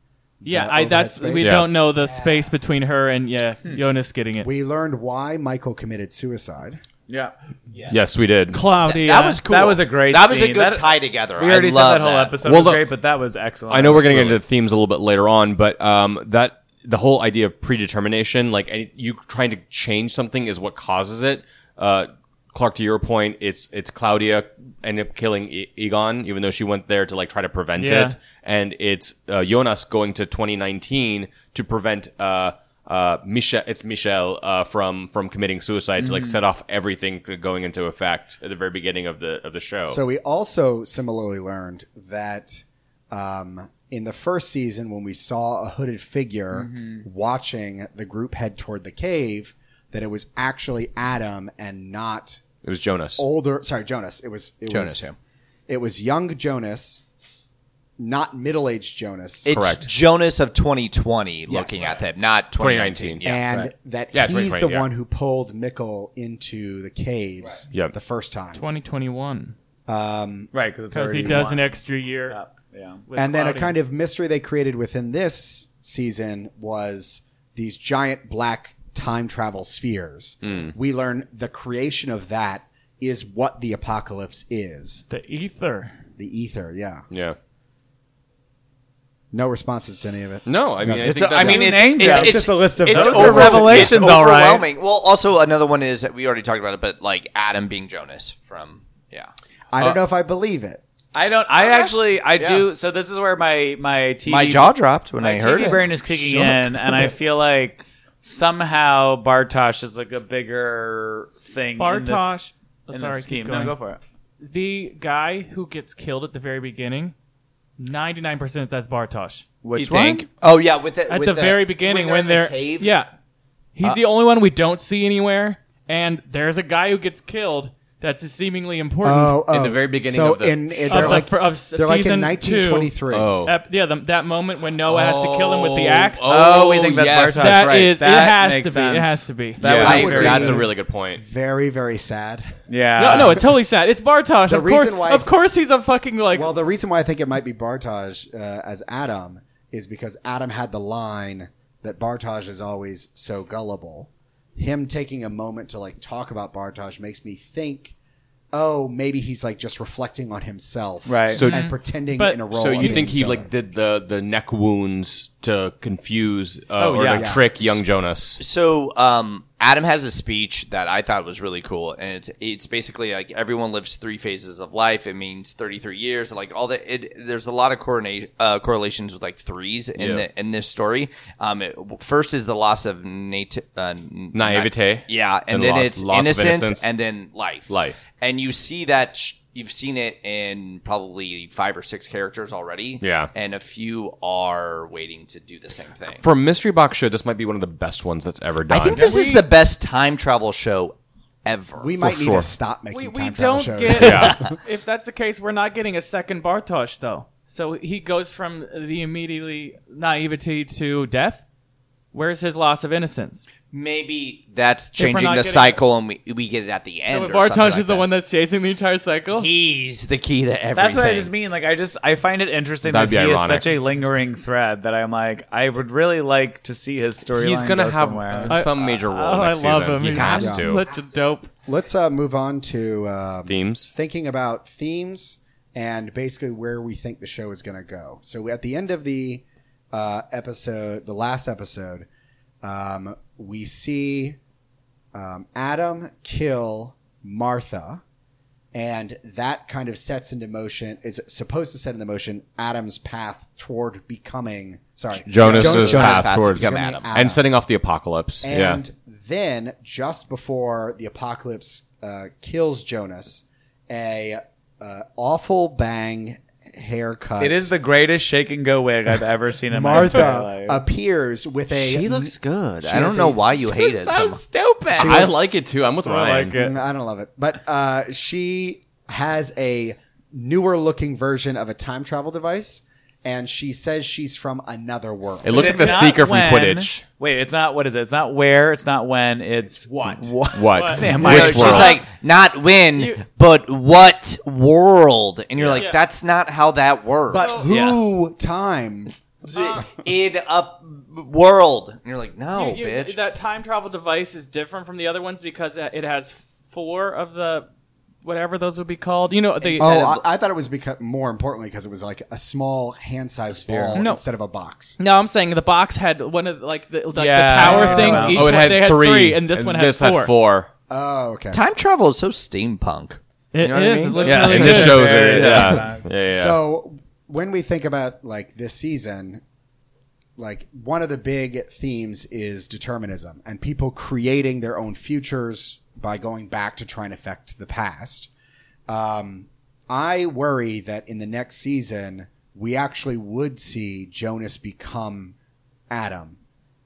Speaker 4: Yeah,
Speaker 2: the
Speaker 4: I
Speaker 2: overhead
Speaker 4: that's we
Speaker 2: space.
Speaker 3: Yeah.
Speaker 4: don't know the space between her and yeah, Jonas getting it.
Speaker 2: We learned why Michael committed suicide.
Speaker 5: Yeah.
Speaker 3: Yes, we did.
Speaker 4: Cloudy.
Speaker 1: That was cool.
Speaker 5: uh, That was a great
Speaker 1: That was a
Speaker 5: scene.
Speaker 1: good
Speaker 5: That-
Speaker 1: tie together.
Speaker 5: We already
Speaker 1: I
Speaker 5: said
Speaker 1: love
Speaker 5: that whole episode
Speaker 3: Well,
Speaker 5: was
Speaker 3: look-
Speaker 5: great, but that was excellent.
Speaker 3: I know we're going to get
Speaker 1: Absolutely.
Speaker 3: into the themes a little bit later on, but um, that the whole idea of predetermination, like any, you trying to change something, is what causes it. Uh, Clark, to your point, it's it's Claudia ended up killing E- Egon, even though she went there to like try to prevent
Speaker 4: Yeah.
Speaker 3: it, and it's uh, Jonas going to 2019 to prevent. Uh, uh, Michelle, it's Michelle uh, from from committing suicide to like set off everything going into effect at the very beginning of the of the show.
Speaker 2: So we also similarly learned that um, in the first season, when we saw a hooded figure
Speaker 3: Mm-hmm.
Speaker 2: watching the group head toward the cave, that it was actually Adam and not
Speaker 3: it was Jonas.
Speaker 2: older. Sorry, Jonas. It was it
Speaker 1: Jonas,
Speaker 2: Was,
Speaker 1: yeah.
Speaker 2: It was young Jonas, not middle aged Jonas.
Speaker 1: It's
Speaker 3: Correct.
Speaker 1: Jonas of 2020 looking at them, not 2019.
Speaker 3: 2019.
Speaker 1: Yeah.
Speaker 2: and
Speaker 3: right.
Speaker 2: that
Speaker 3: Yeah, it's
Speaker 2: he's
Speaker 3: right,
Speaker 2: the
Speaker 3: yeah.
Speaker 2: one who pulled Mickle into the caves
Speaker 3: Right. Yep.
Speaker 2: the first time.
Speaker 4: 2021
Speaker 5: right because
Speaker 4: because he does an extra year.
Speaker 5: Yeah.
Speaker 4: with
Speaker 2: and then a
Speaker 4: Claudia.
Speaker 2: kind of mystery they created within this season was these giant black time travel spheres.
Speaker 3: Hmm.
Speaker 2: We learn the creation of that is what the apocalypse is.
Speaker 4: the ether.
Speaker 2: The ether, yeah.
Speaker 3: yeah.
Speaker 2: No responses to any of it.
Speaker 3: No, I mean, I,
Speaker 1: It's
Speaker 3: think
Speaker 1: a- I
Speaker 3: that's-
Speaker 1: mean,
Speaker 5: It's
Speaker 1: it's,
Speaker 5: an angel.
Speaker 1: it's,
Speaker 5: It's
Speaker 2: just a list of-
Speaker 1: it's
Speaker 2: Those
Speaker 5: are
Speaker 1: overwhelming.
Speaker 5: revelations,
Speaker 1: It's
Speaker 5: all right.
Speaker 1: overwhelming. Well, also another one is we already talked about it, but like Adam being Jonas from yeah.
Speaker 2: I don't know if I believe it.
Speaker 5: I don't. I
Speaker 1: Okay.
Speaker 5: actually. I
Speaker 1: Yeah.
Speaker 5: do. So this is where my my TV
Speaker 1: My jaw dropped when
Speaker 5: my
Speaker 1: I heard
Speaker 5: TV
Speaker 1: it.
Speaker 5: brain is kicking
Speaker 1: Shook.
Speaker 5: in, and I feel like somehow Bartosh is like a bigger thing. in this-
Speaker 4: Bartosh.
Speaker 5: In
Speaker 4: oh,
Speaker 5: this
Speaker 4: sorry, keep
Speaker 5: scheme.
Speaker 4: going.
Speaker 5: No, go for it.
Speaker 4: the guy who gets killed at the very beginning. Ninety-nine percent that's Bartosh.
Speaker 5: Which
Speaker 1: You think? Oh yeah, with the,
Speaker 4: At
Speaker 1: with
Speaker 4: the, very beginning, when they're,
Speaker 1: in the cave.
Speaker 4: yeah,
Speaker 5: Uh,
Speaker 4: he's the only one we don't see anywhere. And there's a guy who gets killed. That's seemingly important.
Speaker 2: Oh,
Speaker 3: In the
Speaker 2: oh.
Speaker 3: very beginning
Speaker 2: so
Speaker 3: of the-
Speaker 2: in, in-
Speaker 4: Of
Speaker 2: they're
Speaker 4: the
Speaker 2: like
Speaker 4: fir- of s-
Speaker 2: they're like in
Speaker 4: season two.
Speaker 2: 1923.
Speaker 3: Oh.
Speaker 4: Ep- yeah, the, that moment when Noah has to kill him with the axe.
Speaker 5: Oh, we think that's
Speaker 3: yes,
Speaker 5: Bartosz,
Speaker 4: That
Speaker 5: right.
Speaker 4: is- it
Speaker 5: That
Speaker 4: has to
Speaker 5: makes
Speaker 4: be, it
Speaker 5: sense.
Speaker 4: has to be.
Speaker 5: That
Speaker 3: Yeah,
Speaker 5: would
Speaker 2: I
Speaker 5: be
Speaker 2: agree.
Speaker 5: very-
Speaker 3: that's a really good point.
Speaker 2: Very very sad.
Speaker 5: Yeah.
Speaker 4: No, no, it's totally sad. It's Bartosh.
Speaker 2: The
Speaker 4: of course,
Speaker 2: reason why-
Speaker 4: of course, he's a fucking like.
Speaker 2: Well, the reason why I think it might be Bartage uh, as Adam is because Adam had the line that Bartage is always so gullible. Him taking a moment to like talk about Bartage makes me think, oh, maybe he's like just reflecting on himself,
Speaker 5: Right. So-
Speaker 2: and pretending
Speaker 4: But-
Speaker 2: in a role.
Speaker 3: So
Speaker 2: of
Speaker 3: you think
Speaker 2: being
Speaker 3: he
Speaker 2: Jonah.
Speaker 3: like did the the neck wounds to confuse uh, or
Speaker 5: yeah.
Speaker 3: like
Speaker 2: Yeah.
Speaker 3: trick young Jonas?
Speaker 1: So um, Adam has a speech that I thought was really cool, and it's it's basically like everyone lives three phases of life. It means thirty three years, like all the it, there's a lot of correlation uh, correlations with like threes in
Speaker 3: Yeah.
Speaker 1: the in this story. Um, it, first is the loss of nat- uh, n-
Speaker 3: Naivete.
Speaker 1: yeah, and,
Speaker 3: And
Speaker 1: then
Speaker 3: loss-
Speaker 1: it's
Speaker 3: loss of
Speaker 1: innocence,
Speaker 3: innocence.
Speaker 1: and then life,
Speaker 3: Life.
Speaker 1: and you see that. Sh- You've seen it in probably five or six characters already.
Speaker 3: Yeah.
Speaker 1: And a few are waiting to do the same thing.
Speaker 3: For a mystery box show, this might be one of the best ones that's ever done.
Speaker 1: I think this is the best time travel show ever.
Speaker 2: we might need
Speaker 3: sure.
Speaker 2: to stop making
Speaker 4: we we
Speaker 2: time travel
Speaker 4: don't
Speaker 2: shows?
Speaker 4: get.
Speaker 3: Yeah.
Speaker 4: If that's the case, we're not getting a second Bartosh though. So he goes from the immediately naivety to death. Where's his loss of innocence?
Speaker 1: Maybe that's changing
Speaker 4: not
Speaker 1: the
Speaker 4: getting-
Speaker 1: cycle, and we, we get it at the end.
Speaker 4: So
Speaker 1: or
Speaker 4: Bartosh
Speaker 1: something
Speaker 4: is
Speaker 1: like
Speaker 4: the
Speaker 1: that.
Speaker 4: one that's chasing the entire cycle.
Speaker 1: He's the key to everything.
Speaker 5: That's what I just mean. Like, I just I find it interesting
Speaker 3: That'd
Speaker 5: that he
Speaker 3: be
Speaker 5: is
Speaker 3: ironic.
Speaker 5: such a lingering thread that I'm like, I would really like to see his story.
Speaker 3: he's gonna
Speaker 5: go
Speaker 3: have
Speaker 5: somewhere.
Speaker 3: uh, some major role
Speaker 4: Oh, I
Speaker 3: next
Speaker 4: love
Speaker 3: season.
Speaker 4: him.
Speaker 3: He
Speaker 4: He's
Speaker 3: has
Speaker 4: just
Speaker 3: to.
Speaker 4: Such a dope.
Speaker 2: Let's uh, move on to um,
Speaker 3: Themes.
Speaker 2: thinking about themes and basically where we think the show is going to go. So at the end of the uh, episode, the last episode, um, we see um, Adam kill Martha, and that kind of sets into motion is supposed to set into motion Adam's path toward becoming sorry
Speaker 3: Jonas's
Speaker 1: path
Speaker 2: to
Speaker 1: towards
Speaker 2: becoming
Speaker 1: becoming Adam.
Speaker 3: And setting off the apocalypse.
Speaker 2: and then, just before the apocalypse uh, kills Jonas, a uh, awful bang haircut.
Speaker 5: It is the greatest shake and go wig I've ever seen in my entire
Speaker 2: Martha
Speaker 5: life.
Speaker 2: appears with a.
Speaker 1: She looks good. I
Speaker 2: She
Speaker 1: don't
Speaker 2: is
Speaker 1: know
Speaker 2: a-
Speaker 1: why you hate it. so much.
Speaker 3: stupid.
Speaker 2: She
Speaker 3: I
Speaker 2: was-
Speaker 3: like it too. I'm with Ryan.
Speaker 5: like it.
Speaker 2: Mm, I don't love it, but uh, she has a newer looking version of a time travel device, and she says she's from another world.
Speaker 3: It looks like
Speaker 5: It's
Speaker 3: the
Speaker 5: not
Speaker 3: seeker from
Speaker 5: when-
Speaker 3: Quidditch.
Speaker 5: Wait, it's not what is it? It's not where. It's not when. It's
Speaker 2: what?
Speaker 5: What?
Speaker 3: What?
Speaker 5: Man,
Speaker 3: Which
Speaker 5: my-
Speaker 1: she's
Speaker 3: world?
Speaker 1: like, not when,
Speaker 4: You-
Speaker 1: but what world? And you're like,
Speaker 4: Yeah.
Speaker 1: that's not how that works.
Speaker 2: But
Speaker 1: Yeah.
Speaker 2: who time?
Speaker 1: in a world? And you're like, no,
Speaker 4: You- you-
Speaker 1: bitch.
Speaker 4: That time travel device is different from the other ones because it it has four of the whatever those would be called. You know, the
Speaker 2: Oh, I, I thought it was because more importantly because it was like a small hand-sized ball
Speaker 4: No.
Speaker 2: instead of a box.
Speaker 4: no, I'm saying the box had one of like the, like
Speaker 5: Yeah,
Speaker 4: the tower
Speaker 5: I
Speaker 4: things.
Speaker 5: know.
Speaker 4: Each
Speaker 3: oh, it
Speaker 4: one,
Speaker 3: had,
Speaker 4: they had three, and this one had four.
Speaker 2: Oh, okay.
Speaker 1: Time travel is so steampunk.
Speaker 4: It
Speaker 1: know what I
Speaker 4: is,
Speaker 1: mean?
Speaker 4: It looks
Speaker 1: Yeah,
Speaker 4: really
Speaker 3: And this
Speaker 4: good.
Speaker 3: shows
Speaker 5: Very
Speaker 3: it. Yeah.
Speaker 5: steampunk.
Speaker 3: Yeah. yeah.
Speaker 2: So when we think about like this season, like one of the big themes is determinism and people creating their own futures by going back to try and affect the past. Um, I worry that in the next season we actually would see Jonas become Adam,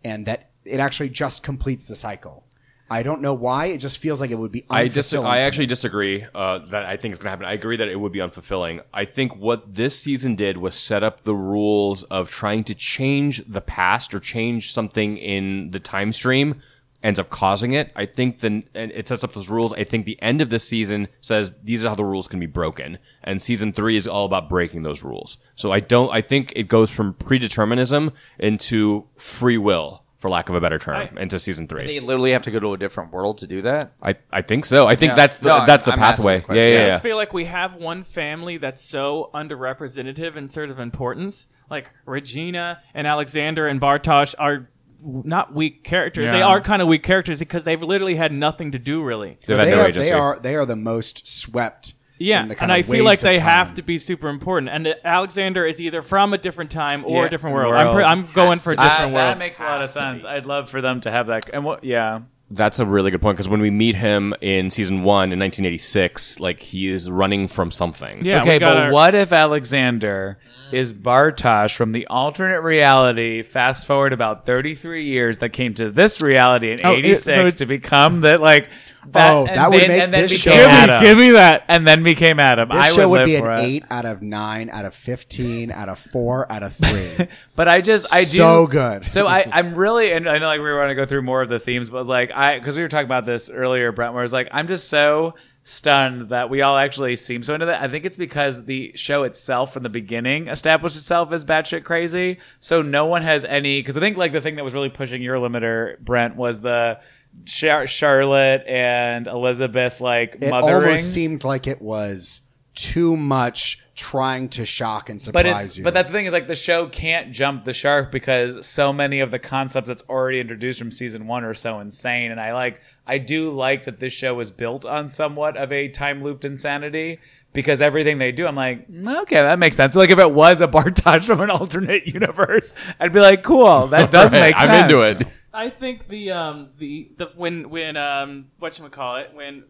Speaker 2: and that it actually just completes the cycle. I don't know why. It just feels like it would be.
Speaker 3: I dis-
Speaker 2: unfulfilling
Speaker 3: I
Speaker 2: to
Speaker 3: actually
Speaker 2: me.
Speaker 3: disagree uh, that I think is going to happen. I agree that it would be unfulfilling. I think what this season did was set up the rules of trying to change the past or change something in the time stream ends up causing it. I think the and it sets up those rules. I think the end of this season says these are how the rules can be broken, and season three is all about breaking those rules. So I don't. I think it goes from predeterminism into free will, for lack of a better term, into season three.
Speaker 1: They literally have to go to a different world to do that.
Speaker 3: I, I think so. I think
Speaker 1: Yeah.
Speaker 3: that's the
Speaker 1: No,
Speaker 3: that's the
Speaker 1: I'm asking
Speaker 3: pathway.
Speaker 1: the
Speaker 3: Yeah,
Speaker 1: question.
Speaker 3: yeah,
Speaker 1: Yeah.
Speaker 4: I
Speaker 3: yeah.
Speaker 4: just feel like we have one family that's so underrepresentative in sort of importance. Like Regina and Alexander and Bartosh are w- not weak characters.
Speaker 5: Yeah.
Speaker 4: They are kind of weak characters because they've literally had nothing to do really.
Speaker 3: They've had
Speaker 2: they
Speaker 3: no
Speaker 2: are,
Speaker 3: agency.
Speaker 2: they are they are the most swept.
Speaker 4: Yeah,
Speaker 2: in the kind
Speaker 4: and I
Speaker 2: of
Speaker 4: feel like
Speaker 2: waves of
Speaker 4: they have
Speaker 2: time.
Speaker 4: to be super important. And uh, Alexander is either from a different time or
Speaker 5: Yeah,
Speaker 4: a different world. I'm,
Speaker 5: world.
Speaker 4: pre- I'm going for a
Speaker 5: Ah,
Speaker 4: different world.
Speaker 5: That makes a lot of sense. I'd love for them to have that. And what? Yeah.
Speaker 3: That's a really good point because when we meet him in season one in 1986, like he is running from something.
Speaker 4: Yeah, we
Speaker 5: okay,
Speaker 4: got
Speaker 5: but
Speaker 4: our-
Speaker 5: what if Alexander is Bartosh from the alternate reality? Fast forward about thirty-three years that came to this reality in
Speaker 4: Oh, it-
Speaker 5: '86
Speaker 4: so it-
Speaker 5: to become that like. That,
Speaker 2: Oh,
Speaker 5: and
Speaker 2: that would
Speaker 5: then-
Speaker 2: make
Speaker 5: and then
Speaker 2: this
Speaker 5: became
Speaker 2: show- Give me-
Speaker 5: Adam.
Speaker 4: give me that.
Speaker 5: and then became Adam.
Speaker 2: This
Speaker 5: I
Speaker 2: show would,
Speaker 5: live
Speaker 2: be an
Speaker 5: for it.
Speaker 2: eight out of nine, out of fifteen, out of four, out of three.
Speaker 5: But I just I do
Speaker 2: So good.
Speaker 5: So I I'm really and I know like we want to go through more of the themes, but like I because we were talking about this earlier, Brent, where it's like I'm just so stunned that we all actually seem so into that. I think it's because the show itself from the beginning established itself as batshit crazy, so no one has any. Because I think like the thing that was really pushing your limiter, Brent, was the. Char- Charlotte and Elizabeth like
Speaker 2: it
Speaker 5: mothering.
Speaker 2: almost seemed like it was too much trying to shock and surprise
Speaker 5: but it's
Speaker 2: you.
Speaker 5: but that's the thing is like the show can't jump the shark because so many of the concepts that's already introduced from season one are so insane and i like i do like that this show is built on somewhat of a time looped insanity because everything they do i'm like "Mm, okay that makes sense like if it was a bartage from an alternate universe i'd be like cool that does
Speaker 3: Right,
Speaker 5: make sense
Speaker 3: I'm into it.
Speaker 4: I think the um the the when when um what call it when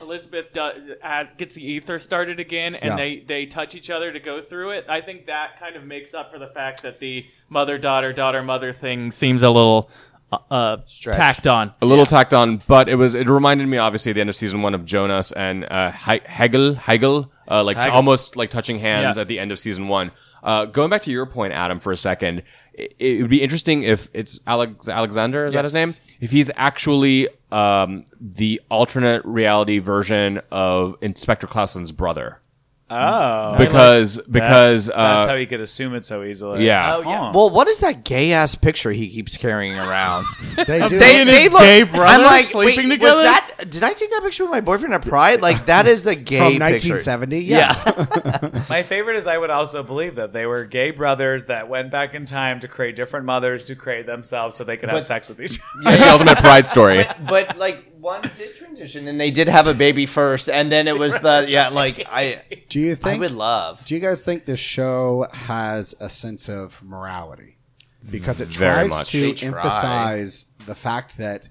Speaker 4: Elizabeth do, add, gets the ether started again and
Speaker 2: Yeah.
Speaker 4: they they touch each other to go through it. I think that kind of makes up for the fact that the mother daughter daughter mother thing seems a little uh, uh tacked on.
Speaker 3: A little tacked on, but it was. It reminded me, obviously, at the end of season one of Jonas and uh, He- Hegel, Hegel, uh, like almost like touching hands
Speaker 4: Yeah.
Speaker 3: at the end of season one. Uh, going back to your point, Adam, for a second, it, it would be interesting if it's Alex Alexander. Is that his name? If he's actually um, the alternate reality version of Inspector Clausen's brother,
Speaker 5: oh
Speaker 3: because because
Speaker 5: that's
Speaker 3: uh,
Speaker 5: how you could assume it so easily
Speaker 3: Yeah.
Speaker 1: Oh, yeah.
Speaker 5: Huh.
Speaker 1: Well, what is that gay ass picture he keeps carrying around?
Speaker 2: they do.
Speaker 1: they,
Speaker 4: and
Speaker 1: they
Speaker 4: his
Speaker 1: look.
Speaker 4: gay brother
Speaker 1: I'm like,
Speaker 4: sleeping
Speaker 1: wait,
Speaker 4: together?
Speaker 1: was that? Did I take that picture with my boyfriend at Pride? Like that is a gay
Speaker 2: from
Speaker 1: picture.
Speaker 2: 1970, yeah.
Speaker 1: Yeah.
Speaker 5: My favorite is I would also believe that they were gay brothers that went back in time to create different mothers to create themselves so they could have sex with each other.
Speaker 3: it's the ultimate pride story.
Speaker 1: but like one did transition, and they did have a baby first, and then it was the yeah. Like I,
Speaker 2: Do you
Speaker 1: I
Speaker 2: think?
Speaker 1: would love.
Speaker 2: do you guys think this show has a sense of morality because it
Speaker 3: Very
Speaker 2: tries
Speaker 3: much.
Speaker 2: to
Speaker 1: They try.
Speaker 2: emphasize the fact that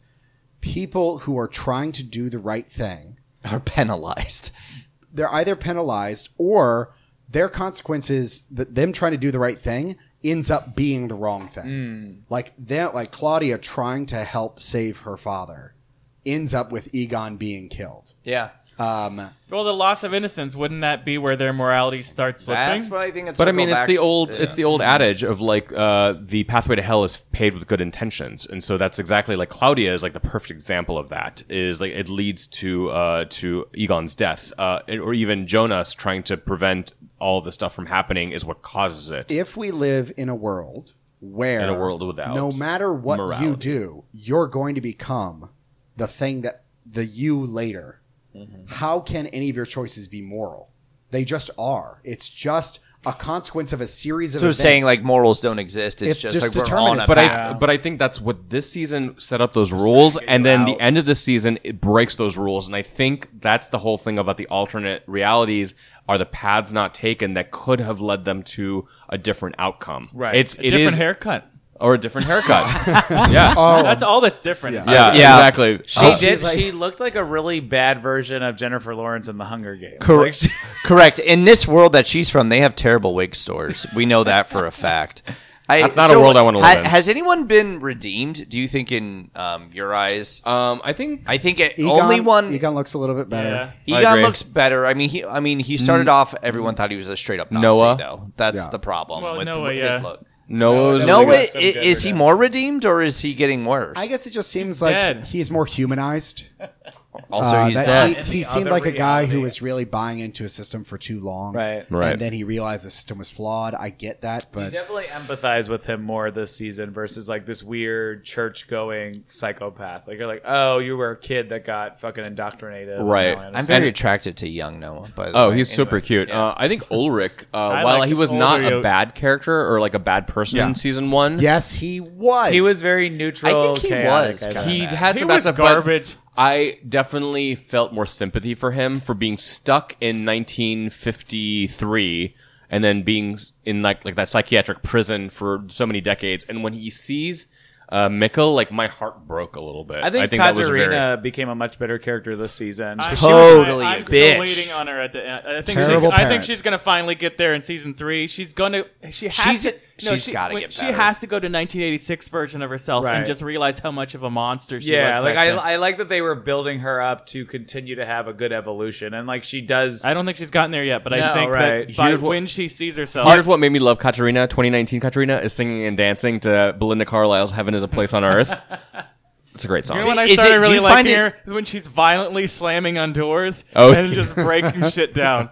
Speaker 2: people who are trying to do the right thing
Speaker 1: Are penalized.
Speaker 2: they're either penalized or their consequences that them trying to do the right thing ends up being the wrong thing.
Speaker 1: Hmm.
Speaker 2: Like that like Claudia trying to help save her father ends up with Egon being killed.
Speaker 1: Yeah.
Speaker 2: Um,
Speaker 4: Well, the loss of innocence wouldn't that be where their morality starts slipping?
Speaker 1: That's what I think. It's
Speaker 3: But I mean, it's the
Speaker 1: circlebacks-
Speaker 3: old
Speaker 1: yeah.
Speaker 3: it's the old adage of like uh, the pathway to hell is paved with good intentions, and so that's exactly like Claudia is like the perfect example of that. Is like it leads to uh, to Egon's death, uh, or even Jonas trying to prevent all the stuff from happening is what causes it.
Speaker 2: if we live in a world where
Speaker 3: In a world without
Speaker 2: no matter what you
Speaker 3: morality.
Speaker 2: do you're going to become the thing that the you later how can any of your choices be moral they just are it's just a consequence of a series of
Speaker 1: So
Speaker 2: events.
Speaker 1: saying like morals don't exist. It's,
Speaker 2: It's
Speaker 1: just, like
Speaker 2: just
Speaker 1: we're on a
Speaker 2: determinism.
Speaker 3: but I
Speaker 2: Yeah.
Speaker 3: but I think that's what this season set up those rules, and then the end of the season it breaks those rules, and I think that's the whole thing about the alternate realities are the paths not taken that could have led them to a different outcome.
Speaker 5: Right.
Speaker 3: It's
Speaker 4: A
Speaker 3: it
Speaker 4: different
Speaker 3: is-
Speaker 4: haircut.
Speaker 3: or a different haircut. yeah.
Speaker 4: That's all that's different.
Speaker 2: Yeah.
Speaker 3: yeah,
Speaker 1: Yeah.
Speaker 3: exactly.
Speaker 5: She
Speaker 3: Uh,
Speaker 5: did.
Speaker 2: she's like-
Speaker 5: she looked like a really bad version of Jennifer Lawrence in The Hunger Games. Like,
Speaker 1: Correct.
Speaker 5: she-
Speaker 1: Correct. In this world that she's from, they have terrible wig stores. We know that for a fact. I,
Speaker 3: That's not a world I wanna live in.
Speaker 1: Has anyone been redeemed? Do you think in um, your eyes?
Speaker 3: um, I think
Speaker 1: I think it,
Speaker 2: Egon-
Speaker 1: only one. Egon,
Speaker 2: Egon looks a little bit better
Speaker 4: Yeah.
Speaker 3: agree. Mm.
Speaker 1: looks better. I mean, he. I mean, he started off. Everyone thought he was a straight up Nazi,
Speaker 3: Noah?
Speaker 1: though. That's
Speaker 2: Yeah.
Speaker 1: the problem
Speaker 4: Well,
Speaker 1: with
Speaker 4: Noah,
Speaker 1: his
Speaker 4: yeah.
Speaker 1: look.
Speaker 3: Noah was
Speaker 1: Noah,
Speaker 5: got
Speaker 1: i-
Speaker 5: some good
Speaker 1: is he
Speaker 5: redemption.
Speaker 1: more redeemed or is he getting worse?
Speaker 2: I guess it just seems
Speaker 4: He's
Speaker 2: like
Speaker 4: dead.
Speaker 2: he's more humanized.
Speaker 1: also,
Speaker 2: Uh,
Speaker 1: he's
Speaker 2: that
Speaker 1: dead.
Speaker 2: He, he
Speaker 5: the
Speaker 2: seemed
Speaker 5: other
Speaker 2: like a guy who
Speaker 5: reality.
Speaker 2: was really buying into a system for too long,
Speaker 5: Right.
Speaker 3: Right.
Speaker 2: And then he realized the system was flawed. I get that,
Speaker 5: I
Speaker 2: but
Speaker 5: definitely empathize with him more this season versus like this weird church going psychopath. Like you're like, oh, you were a kid that got fucking indoctrinated.
Speaker 3: Right.
Speaker 5: Now I
Speaker 1: I'm
Speaker 5: understand.
Speaker 1: very attracted to young Noah. By the
Speaker 3: Oh,
Speaker 1: way.
Speaker 3: he's super
Speaker 1: Anyway,
Speaker 3: cute.
Speaker 1: yeah.
Speaker 3: Uh, I think Ulrich, uh,
Speaker 4: I
Speaker 3: while
Speaker 4: like
Speaker 3: he was not
Speaker 4: older-
Speaker 3: a bad character or like a bad person in season one,
Speaker 2: yes, he was.
Speaker 5: he was very neutral.
Speaker 1: I think he
Speaker 5: chaotic,
Speaker 1: was
Speaker 5: I
Speaker 1: kinda
Speaker 5: thought.
Speaker 3: he
Speaker 1: bad.
Speaker 3: had
Speaker 4: He
Speaker 3: some bad
Speaker 4: was
Speaker 3: stuff, but
Speaker 4: garbage.
Speaker 3: I definitely felt more sympathy for him for being stuck in 1953 and then being in like like that psychiatric prison for so many decades. And when he sees uh, Mikkel, like my heart broke a little bit.
Speaker 5: I think,
Speaker 3: that was very-
Speaker 5: Katarina became a much better character this season.
Speaker 4: I'm-
Speaker 1: Totally
Speaker 4: I, am
Speaker 1: agree.
Speaker 4: still
Speaker 5: Bitch.
Speaker 4: waiting on her at the end. I think,
Speaker 2: Terrible
Speaker 4: she's, I think
Speaker 2: parent.
Speaker 4: she's gonna finally get there in season three. She's gonna. She has
Speaker 1: She's-
Speaker 4: to. No,
Speaker 1: she's
Speaker 4: she,
Speaker 1: gotta
Speaker 4: wait,
Speaker 1: get
Speaker 4: She
Speaker 1: better.
Speaker 4: has to go to 1986 version of herself
Speaker 5: Right.
Speaker 4: and just realize how much of a monster she
Speaker 5: yeah,
Speaker 4: was.
Speaker 5: like
Speaker 4: back
Speaker 5: I,
Speaker 4: then.
Speaker 5: I like that they were building her up to continue to have a good evolution, and like she does.
Speaker 4: I don't think she's gotten there yet, but I
Speaker 5: No,
Speaker 4: think
Speaker 5: right.
Speaker 4: that by
Speaker 3: Here's what-
Speaker 4: when she sees herself,
Speaker 3: Here's what made me love Katarina 2019. Katarina is singing and dancing to Belinda Carlisle's "Heaven Is a Place on Earth." it's a great song.
Speaker 4: You know when I
Speaker 1: Is it-
Speaker 4: started
Speaker 1: do
Speaker 4: really
Speaker 1: you
Speaker 4: liking
Speaker 1: find it-
Speaker 4: her is when she's violently slamming on doors
Speaker 3: Oh,
Speaker 4: and
Speaker 3: yeah.
Speaker 4: just breaking shit down.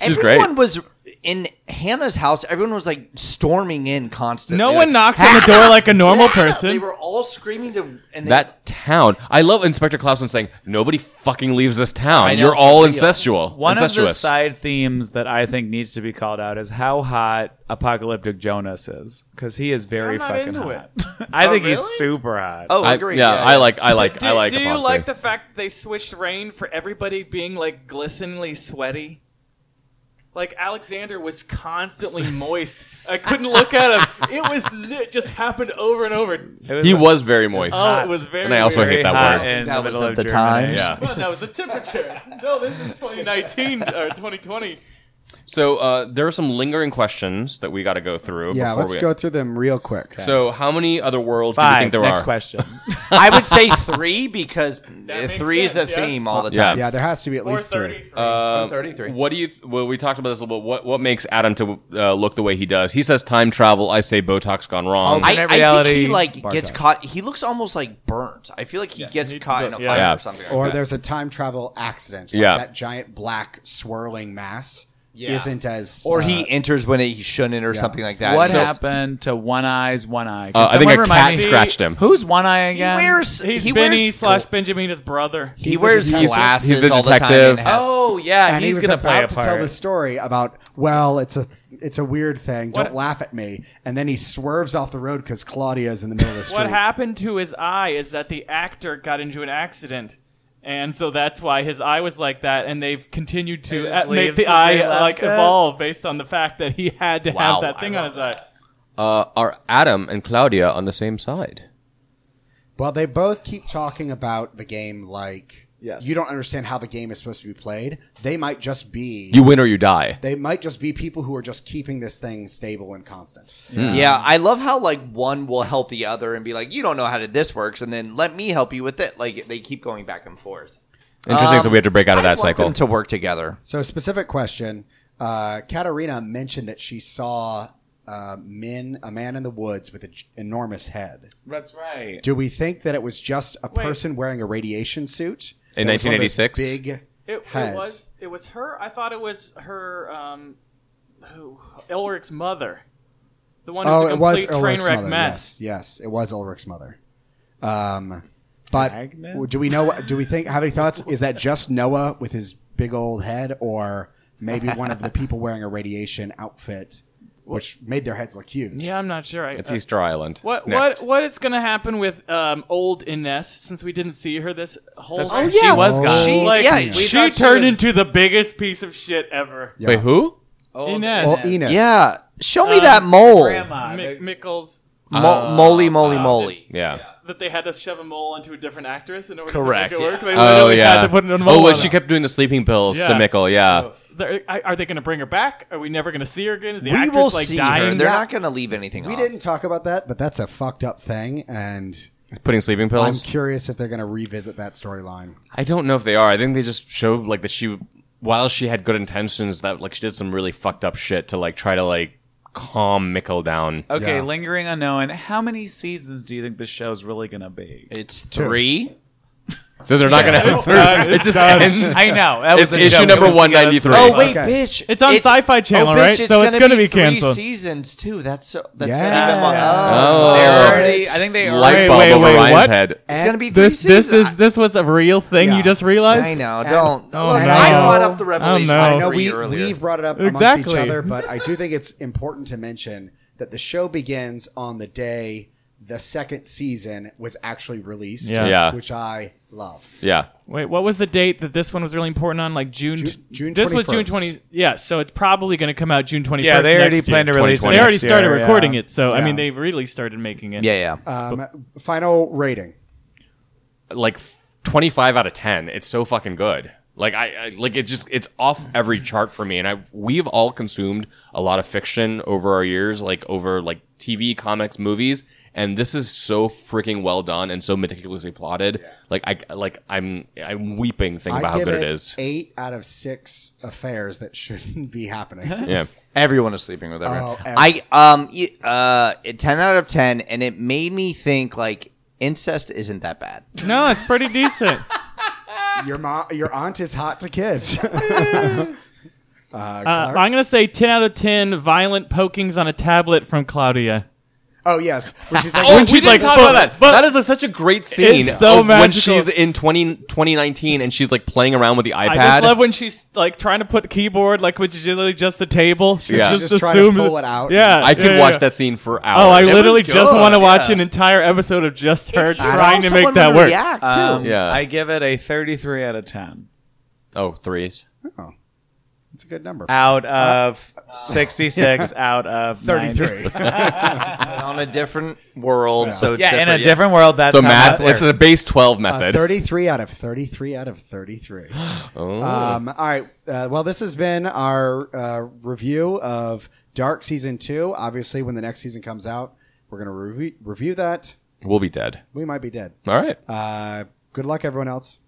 Speaker 3: She's great.
Speaker 1: everyone was in Hannah's house. Everyone was like storming in constantly.
Speaker 4: No
Speaker 1: Like,
Speaker 4: one knocks on the door like a normal
Speaker 1: "Ah!" They
Speaker 4: person.
Speaker 1: were all screaming to and they,
Speaker 3: That town. I love Inspector Clausen saying, "Nobody fucking leaves this town.
Speaker 1: know,
Speaker 3: You're all
Speaker 1: for real."
Speaker 3: incestual,
Speaker 5: One of the
Speaker 3: incestuous."
Speaker 5: side themes that I think needs to be called out is how hot apocalyptic Jonas is because he is very
Speaker 4: I'm not
Speaker 5: fucking
Speaker 4: into
Speaker 5: hot. I think he's
Speaker 4: really?
Speaker 5: super hot.
Speaker 1: Oh,
Speaker 3: I,
Speaker 1: agree.
Speaker 3: yeah, I like, I like,
Speaker 4: Do,
Speaker 3: I like.
Speaker 4: do you
Speaker 3: Apocalypse.
Speaker 4: like the fact that they switched rain for everybody being like glisteningly sweaty? Like Alexander was constantly moist. I couldn't look at him. It was it just happened over and over.
Speaker 5: It
Speaker 3: He was very moist.
Speaker 4: Oh, it was very.
Speaker 3: And I also
Speaker 4: weird.
Speaker 3: hate that
Speaker 5: hot
Speaker 3: word.
Speaker 5: in
Speaker 1: That
Speaker 5: the
Speaker 1: was
Speaker 5: middle
Speaker 1: at
Speaker 5: of
Speaker 1: the
Speaker 5: Germany.
Speaker 1: times.
Speaker 3: yeah.
Speaker 4: Well, that was the temperature. No, this is uh, 2019 or 2020.
Speaker 3: So uh, there are some lingering questions that we got to go through.
Speaker 2: yeah.
Speaker 3: before
Speaker 2: Let's
Speaker 3: we,
Speaker 2: go through them real quick.
Speaker 3: So, how many other worlds do you think there
Speaker 5: Next
Speaker 3: are?
Speaker 5: question.
Speaker 1: I would say three because uh,
Speaker 4: makes
Speaker 1: three is the
Speaker 4: sense, yes.
Speaker 1: theme all the
Speaker 3: Yeah.
Speaker 1: time.
Speaker 2: yeah, there has to be at
Speaker 4: Or
Speaker 2: least three.
Speaker 4: 33.
Speaker 3: Uh,
Speaker 1: 33.
Speaker 3: What do you? Th- well, we talked about this a little bit. What what makes Adam to uh, look the way he does? He says time travel. I say Botox gone wrong.
Speaker 1: Oh, I,
Speaker 5: Alternate
Speaker 1: I think he
Speaker 5: reality,
Speaker 1: like
Speaker 5: bar
Speaker 1: gets
Speaker 5: talk.
Speaker 1: caught. He looks almost like burnt. I feel like he gets caught in a fire
Speaker 4: yeah.
Speaker 3: Yeah.
Speaker 1: or something. Like
Speaker 2: Or
Speaker 1: that.
Speaker 2: there's a time travel accident. Like
Speaker 3: Yeah.
Speaker 2: that giant black swirling mass
Speaker 1: Yeah.
Speaker 2: isn't as.
Speaker 1: or
Speaker 2: uh,
Speaker 1: he enters when he shouldn't or something like that.
Speaker 5: what
Speaker 1: So-
Speaker 5: happened to One Eye's One Eye?
Speaker 3: Uh, I think
Speaker 5: Someone
Speaker 3: a
Speaker 5: remind
Speaker 3: cat
Speaker 5: me-
Speaker 3: scratched him.
Speaker 5: Who's One Eye
Speaker 1: He
Speaker 5: again?
Speaker 1: wears.
Speaker 4: He's
Speaker 1: he
Speaker 4: Benny
Speaker 1: wears,
Speaker 4: slash Benjamina's brother.
Speaker 1: He
Speaker 2: He's the
Speaker 1: wears
Speaker 2: detective.
Speaker 1: glasses
Speaker 3: He's the
Speaker 1: all the time.
Speaker 3: detective.
Speaker 1: and has-
Speaker 5: Oh yeah,
Speaker 2: and
Speaker 5: he's
Speaker 2: he was
Speaker 5: gonna play a
Speaker 2: about to
Speaker 5: part.
Speaker 2: tell the story about well, it's a it's a weird thing. Don't
Speaker 4: What-
Speaker 2: laugh at me. And then he swerves off the road because Claudia's in the middle of the street.
Speaker 4: What happened to his eye is that the actor got into an accident. And so that's why his eye was like that, and they've continued
Speaker 5: They
Speaker 4: to
Speaker 5: just
Speaker 4: uh, make
Speaker 5: leave
Speaker 4: the
Speaker 5: the
Speaker 4: eye
Speaker 5: way left
Speaker 4: like
Speaker 5: it?
Speaker 4: evolve based on the fact that he had to
Speaker 3: Wow,
Speaker 4: have that thing
Speaker 3: I
Speaker 4: on his eye.
Speaker 3: uh, are Adam and Claudia on the same side?
Speaker 2: Well, they both keep talking about the game like
Speaker 5: Yes.
Speaker 2: you don't understand how the game is supposed to be played. They might just be
Speaker 3: You win or you die.
Speaker 2: they might just be people who are just keeping this thing stable and constant.
Speaker 3: Um,
Speaker 1: Yeah, I love how like one will help the other and be like, "You don't know how to, this works," and then let me help you with it. Like they keep going back and forth.
Speaker 3: Interesting. so we have to break out of
Speaker 1: Um, I
Speaker 3: that
Speaker 1: want
Speaker 3: cycle.
Speaker 1: them to work together.
Speaker 2: So, specific question. Uh, Katarina mentioned that she saw uh, men, a man in the woods with an enormous head.
Speaker 5: That's right.
Speaker 2: Do we think that it was just a
Speaker 4: Wait.
Speaker 2: person wearing a radiation suit
Speaker 3: In
Speaker 2: That was one of those
Speaker 3: 1986?
Speaker 2: Big
Speaker 4: It,
Speaker 2: heads.
Speaker 4: it was it was her. I thought it was her. Um, who Elric's mother, the one who's
Speaker 2: Oh,
Speaker 4: a
Speaker 2: it was
Speaker 4: complete train
Speaker 2: Ulrich's
Speaker 4: wreck
Speaker 2: mother.
Speaker 4: mess.
Speaker 2: Yes, yes, it was Ulrich's mother. Um, but
Speaker 5: Dragnet?
Speaker 2: do we know? Do we think? Have any thoughts? Is that just Noah with his big old head, or maybe one of the people wearing a radiation outfit, which made their heads look huge?
Speaker 4: Yeah, I'm not sure. I,
Speaker 3: It's
Speaker 4: uh,
Speaker 3: Easter Island.
Speaker 4: What
Speaker 3: Next.
Speaker 4: what what is going to happen with um, old Ines since we didn't see her this whole?
Speaker 5: That's right. She Oh, was gone.
Speaker 1: She,
Speaker 4: like,
Speaker 1: yeah,
Speaker 4: we
Speaker 1: she-
Speaker 4: thought she
Speaker 5: turned
Speaker 4: turned into the biggest piece of shit ever.
Speaker 2: Yeah.
Speaker 3: Wait, who?
Speaker 4: Ines,
Speaker 2: Well, Enos.
Speaker 1: yeah. Show me
Speaker 4: Um,
Speaker 1: that mole.
Speaker 5: Grandma.
Speaker 4: Mi- Mickles,
Speaker 1: Mo- moly, moly,
Speaker 4: uh,
Speaker 1: moly.
Speaker 3: Uh, Yeah.
Speaker 4: that they had to shove a mole onto a different actress in order
Speaker 1: Correct,
Speaker 4: to make it work.
Speaker 1: yeah. Uh,
Speaker 4: They
Speaker 3: Oh
Speaker 4: literally
Speaker 3: yeah.
Speaker 4: had to put it on a mole
Speaker 3: oh, well,
Speaker 4: on
Speaker 3: she
Speaker 4: her.
Speaker 3: kept doing the sleeping pills to
Speaker 4: Yeah. Oh.
Speaker 3: Mickle. Yeah.
Speaker 4: They're- I- Are they going to bring her back? Are we never going to see her again? Is the
Speaker 1: We
Speaker 4: actress
Speaker 1: will
Speaker 4: like
Speaker 1: see her.
Speaker 4: dying?
Speaker 1: They're not going to leave anything
Speaker 2: we
Speaker 1: off.
Speaker 2: didn't talk about that, but that's a fucked up thing, and
Speaker 3: Putting sleeping
Speaker 2: I'm
Speaker 3: pills.
Speaker 2: curious if they're going to revisit that storyline.
Speaker 3: I don't know if they are. I think they just showed like that she, while she had good intentions, that like she did some really fucked up shit to like try to like calm Mickle down.
Speaker 5: Okay,
Speaker 2: Yeah.
Speaker 5: lingering unknown. How many seasons do you think this show's really gonna be?
Speaker 1: It's three.
Speaker 3: So they're not gonna have three.
Speaker 4: done.
Speaker 3: It just
Speaker 4: Done.
Speaker 3: ends.
Speaker 5: I know that
Speaker 3: It's
Speaker 5: was a
Speaker 3: issue
Speaker 5: joke.
Speaker 3: number
Speaker 5: It was to
Speaker 3: one
Speaker 5: get us
Speaker 3: ninety three.
Speaker 1: Oh wait,
Speaker 2: Okay.
Speaker 1: bitch!
Speaker 4: It's on Sci-Fi Channel,
Speaker 1: oh, bitch,
Speaker 4: right? So it's
Speaker 1: gonna
Speaker 4: gonna be
Speaker 1: three
Speaker 4: canceled.
Speaker 1: Seasons too. That's so. That's
Speaker 2: Yeah.
Speaker 1: gonna be more,
Speaker 3: Oh.
Speaker 1: oh.
Speaker 5: They're
Speaker 1: They're
Speaker 5: already. I think they are.
Speaker 3: light
Speaker 4: Wait,
Speaker 3: bulb
Speaker 4: wait,
Speaker 3: over
Speaker 4: wait,
Speaker 3: Ryan's
Speaker 4: what?
Speaker 3: head.
Speaker 1: It's
Speaker 2: And
Speaker 1: gonna be three
Speaker 4: This this
Speaker 1: seasons.
Speaker 4: is this was a real thing
Speaker 2: Yeah.
Speaker 4: you just
Speaker 1: I,
Speaker 4: realized.
Speaker 1: I know. Don't.
Speaker 2: Oh,
Speaker 1: look,
Speaker 2: no.
Speaker 1: I brought up the revelation
Speaker 4: no.
Speaker 2: I know
Speaker 1: three
Speaker 2: we,
Speaker 1: earlier.
Speaker 2: we've brought it up amongst
Speaker 4: Exactly.
Speaker 2: each other, but I do think it's important to mention that the show begins on the day the second season was actually released,
Speaker 4: Yeah.
Speaker 3: Yeah.
Speaker 2: which I love.
Speaker 3: Yeah.
Speaker 4: Wait, what was the date that this one was really important on? Like June.
Speaker 2: Ju- June
Speaker 4: This was June
Speaker 2: 21st.
Speaker 4: twenty. Yeah, so it's probably going to come out June twenty first.
Speaker 5: Yeah, they already planned to release. it
Speaker 3: 2020.
Speaker 4: They already
Speaker 5: next
Speaker 4: started
Speaker 5: year,
Speaker 4: recording
Speaker 5: yeah.
Speaker 4: it, so I
Speaker 2: Yeah.
Speaker 4: mean, they really started making it.
Speaker 1: yeah, yeah.
Speaker 2: Um, final rating.
Speaker 3: like 25 out of 10 it's so fucking good like I, I like it just it's off every chart for me and i we've all consumed a lot of fiction over our years like over like tv comics movies and this is so freaking well done and so meticulously plotted like i like i'm i'm weeping thinking about
Speaker 2: I
Speaker 3: how
Speaker 2: give
Speaker 3: good
Speaker 2: it
Speaker 3: it is
Speaker 2: eight out of six affairs that shouldn't be happening.
Speaker 3: yeah
Speaker 1: Everyone is sleeping with everyone.
Speaker 2: Oh, ev-
Speaker 1: I um y- uh it- ten out of ten, and it made me think like incest isn't that bad.
Speaker 4: No, it's pretty decent.
Speaker 2: your mom, your aunt is hot to kiss.
Speaker 4: Uh, I'm gonna say ten out of ten. Violent pokings on a tablet from Claudia.
Speaker 2: oh yes, which is like,
Speaker 3: Oh,
Speaker 4: When
Speaker 3: we
Speaker 4: she's
Speaker 3: didn't
Speaker 4: like,
Speaker 3: talk
Speaker 4: "Fuck."
Speaker 3: about that.
Speaker 4: But-
Speaker 3: that is a, such a great scene
Speaker 4: It's so
Speaker 3: of when
Speaker 4: magical.
Speaker 3: she's in 20, 2019 and she's like playing around with the iPad.
Speaker 4: I just love when she's like trying to put the keyboard like with literally just the table. She
Speaker 3: Yeah.
Speaker 4: just,
Speaker 2: Just trying to
Speaker 4: assumes
Speaker 2: pull it out.
Speaker 4: Yeah,
Speaker 3: I could
Speaker 4: yeah,
Speaker 3: watch
Speaker 4: yeah.
Speaker 3: that scene for hours.
Speaker 4: Oh, I
Speaker 1: was
Speaker 4: literally just
Speaker 1: good,
Speaker 4: want to watch
Speaker 1: yeah.
Speaker 4: an entire episode of just her
Speaker 1: It's
Speaker 4: trying
Speaker 1: also
Speaker 4: to make
Speaker 1: one
Speaker 4: that
Speaker 1: would
Speaker 4: work.
Speaker 1: React too.
Speaker 5: Um,
Speaker 3: Yeah.
Speaker 5: I give it a 33 out of 10
Speaker 3: Oh, threes.
Speaker 2: oh, it's a good number.
Speaker 5: out of 66 out of
Speaker 2: 33.
Speaker 5: 90.
Speaker 1: on a different world, so it's
Speaker 5: Yeah, in
Speaker 1: different,
Speaker 5: a different world, that's
Speaker 3: So
Speaker 5: how
Speaker 3: math,
Speaker 5: that
Speaker 3: it's a
Speaker 5: works.
Speaker 3: base 12
Speaker 2: Uh,
Speaker 3: method.
Speaker 2: 33 out of 33 out of 33. Um, all right. Uh, well, this has been our uh, review of Dark Season 2. Obviously, when the next season comes out, we're going to review review that.
Speaker 3: we'll be dead.
Speaker 2: We might be dead.
Speaker 3: All right.
Speaker 2: Uh, good luck, everyone else.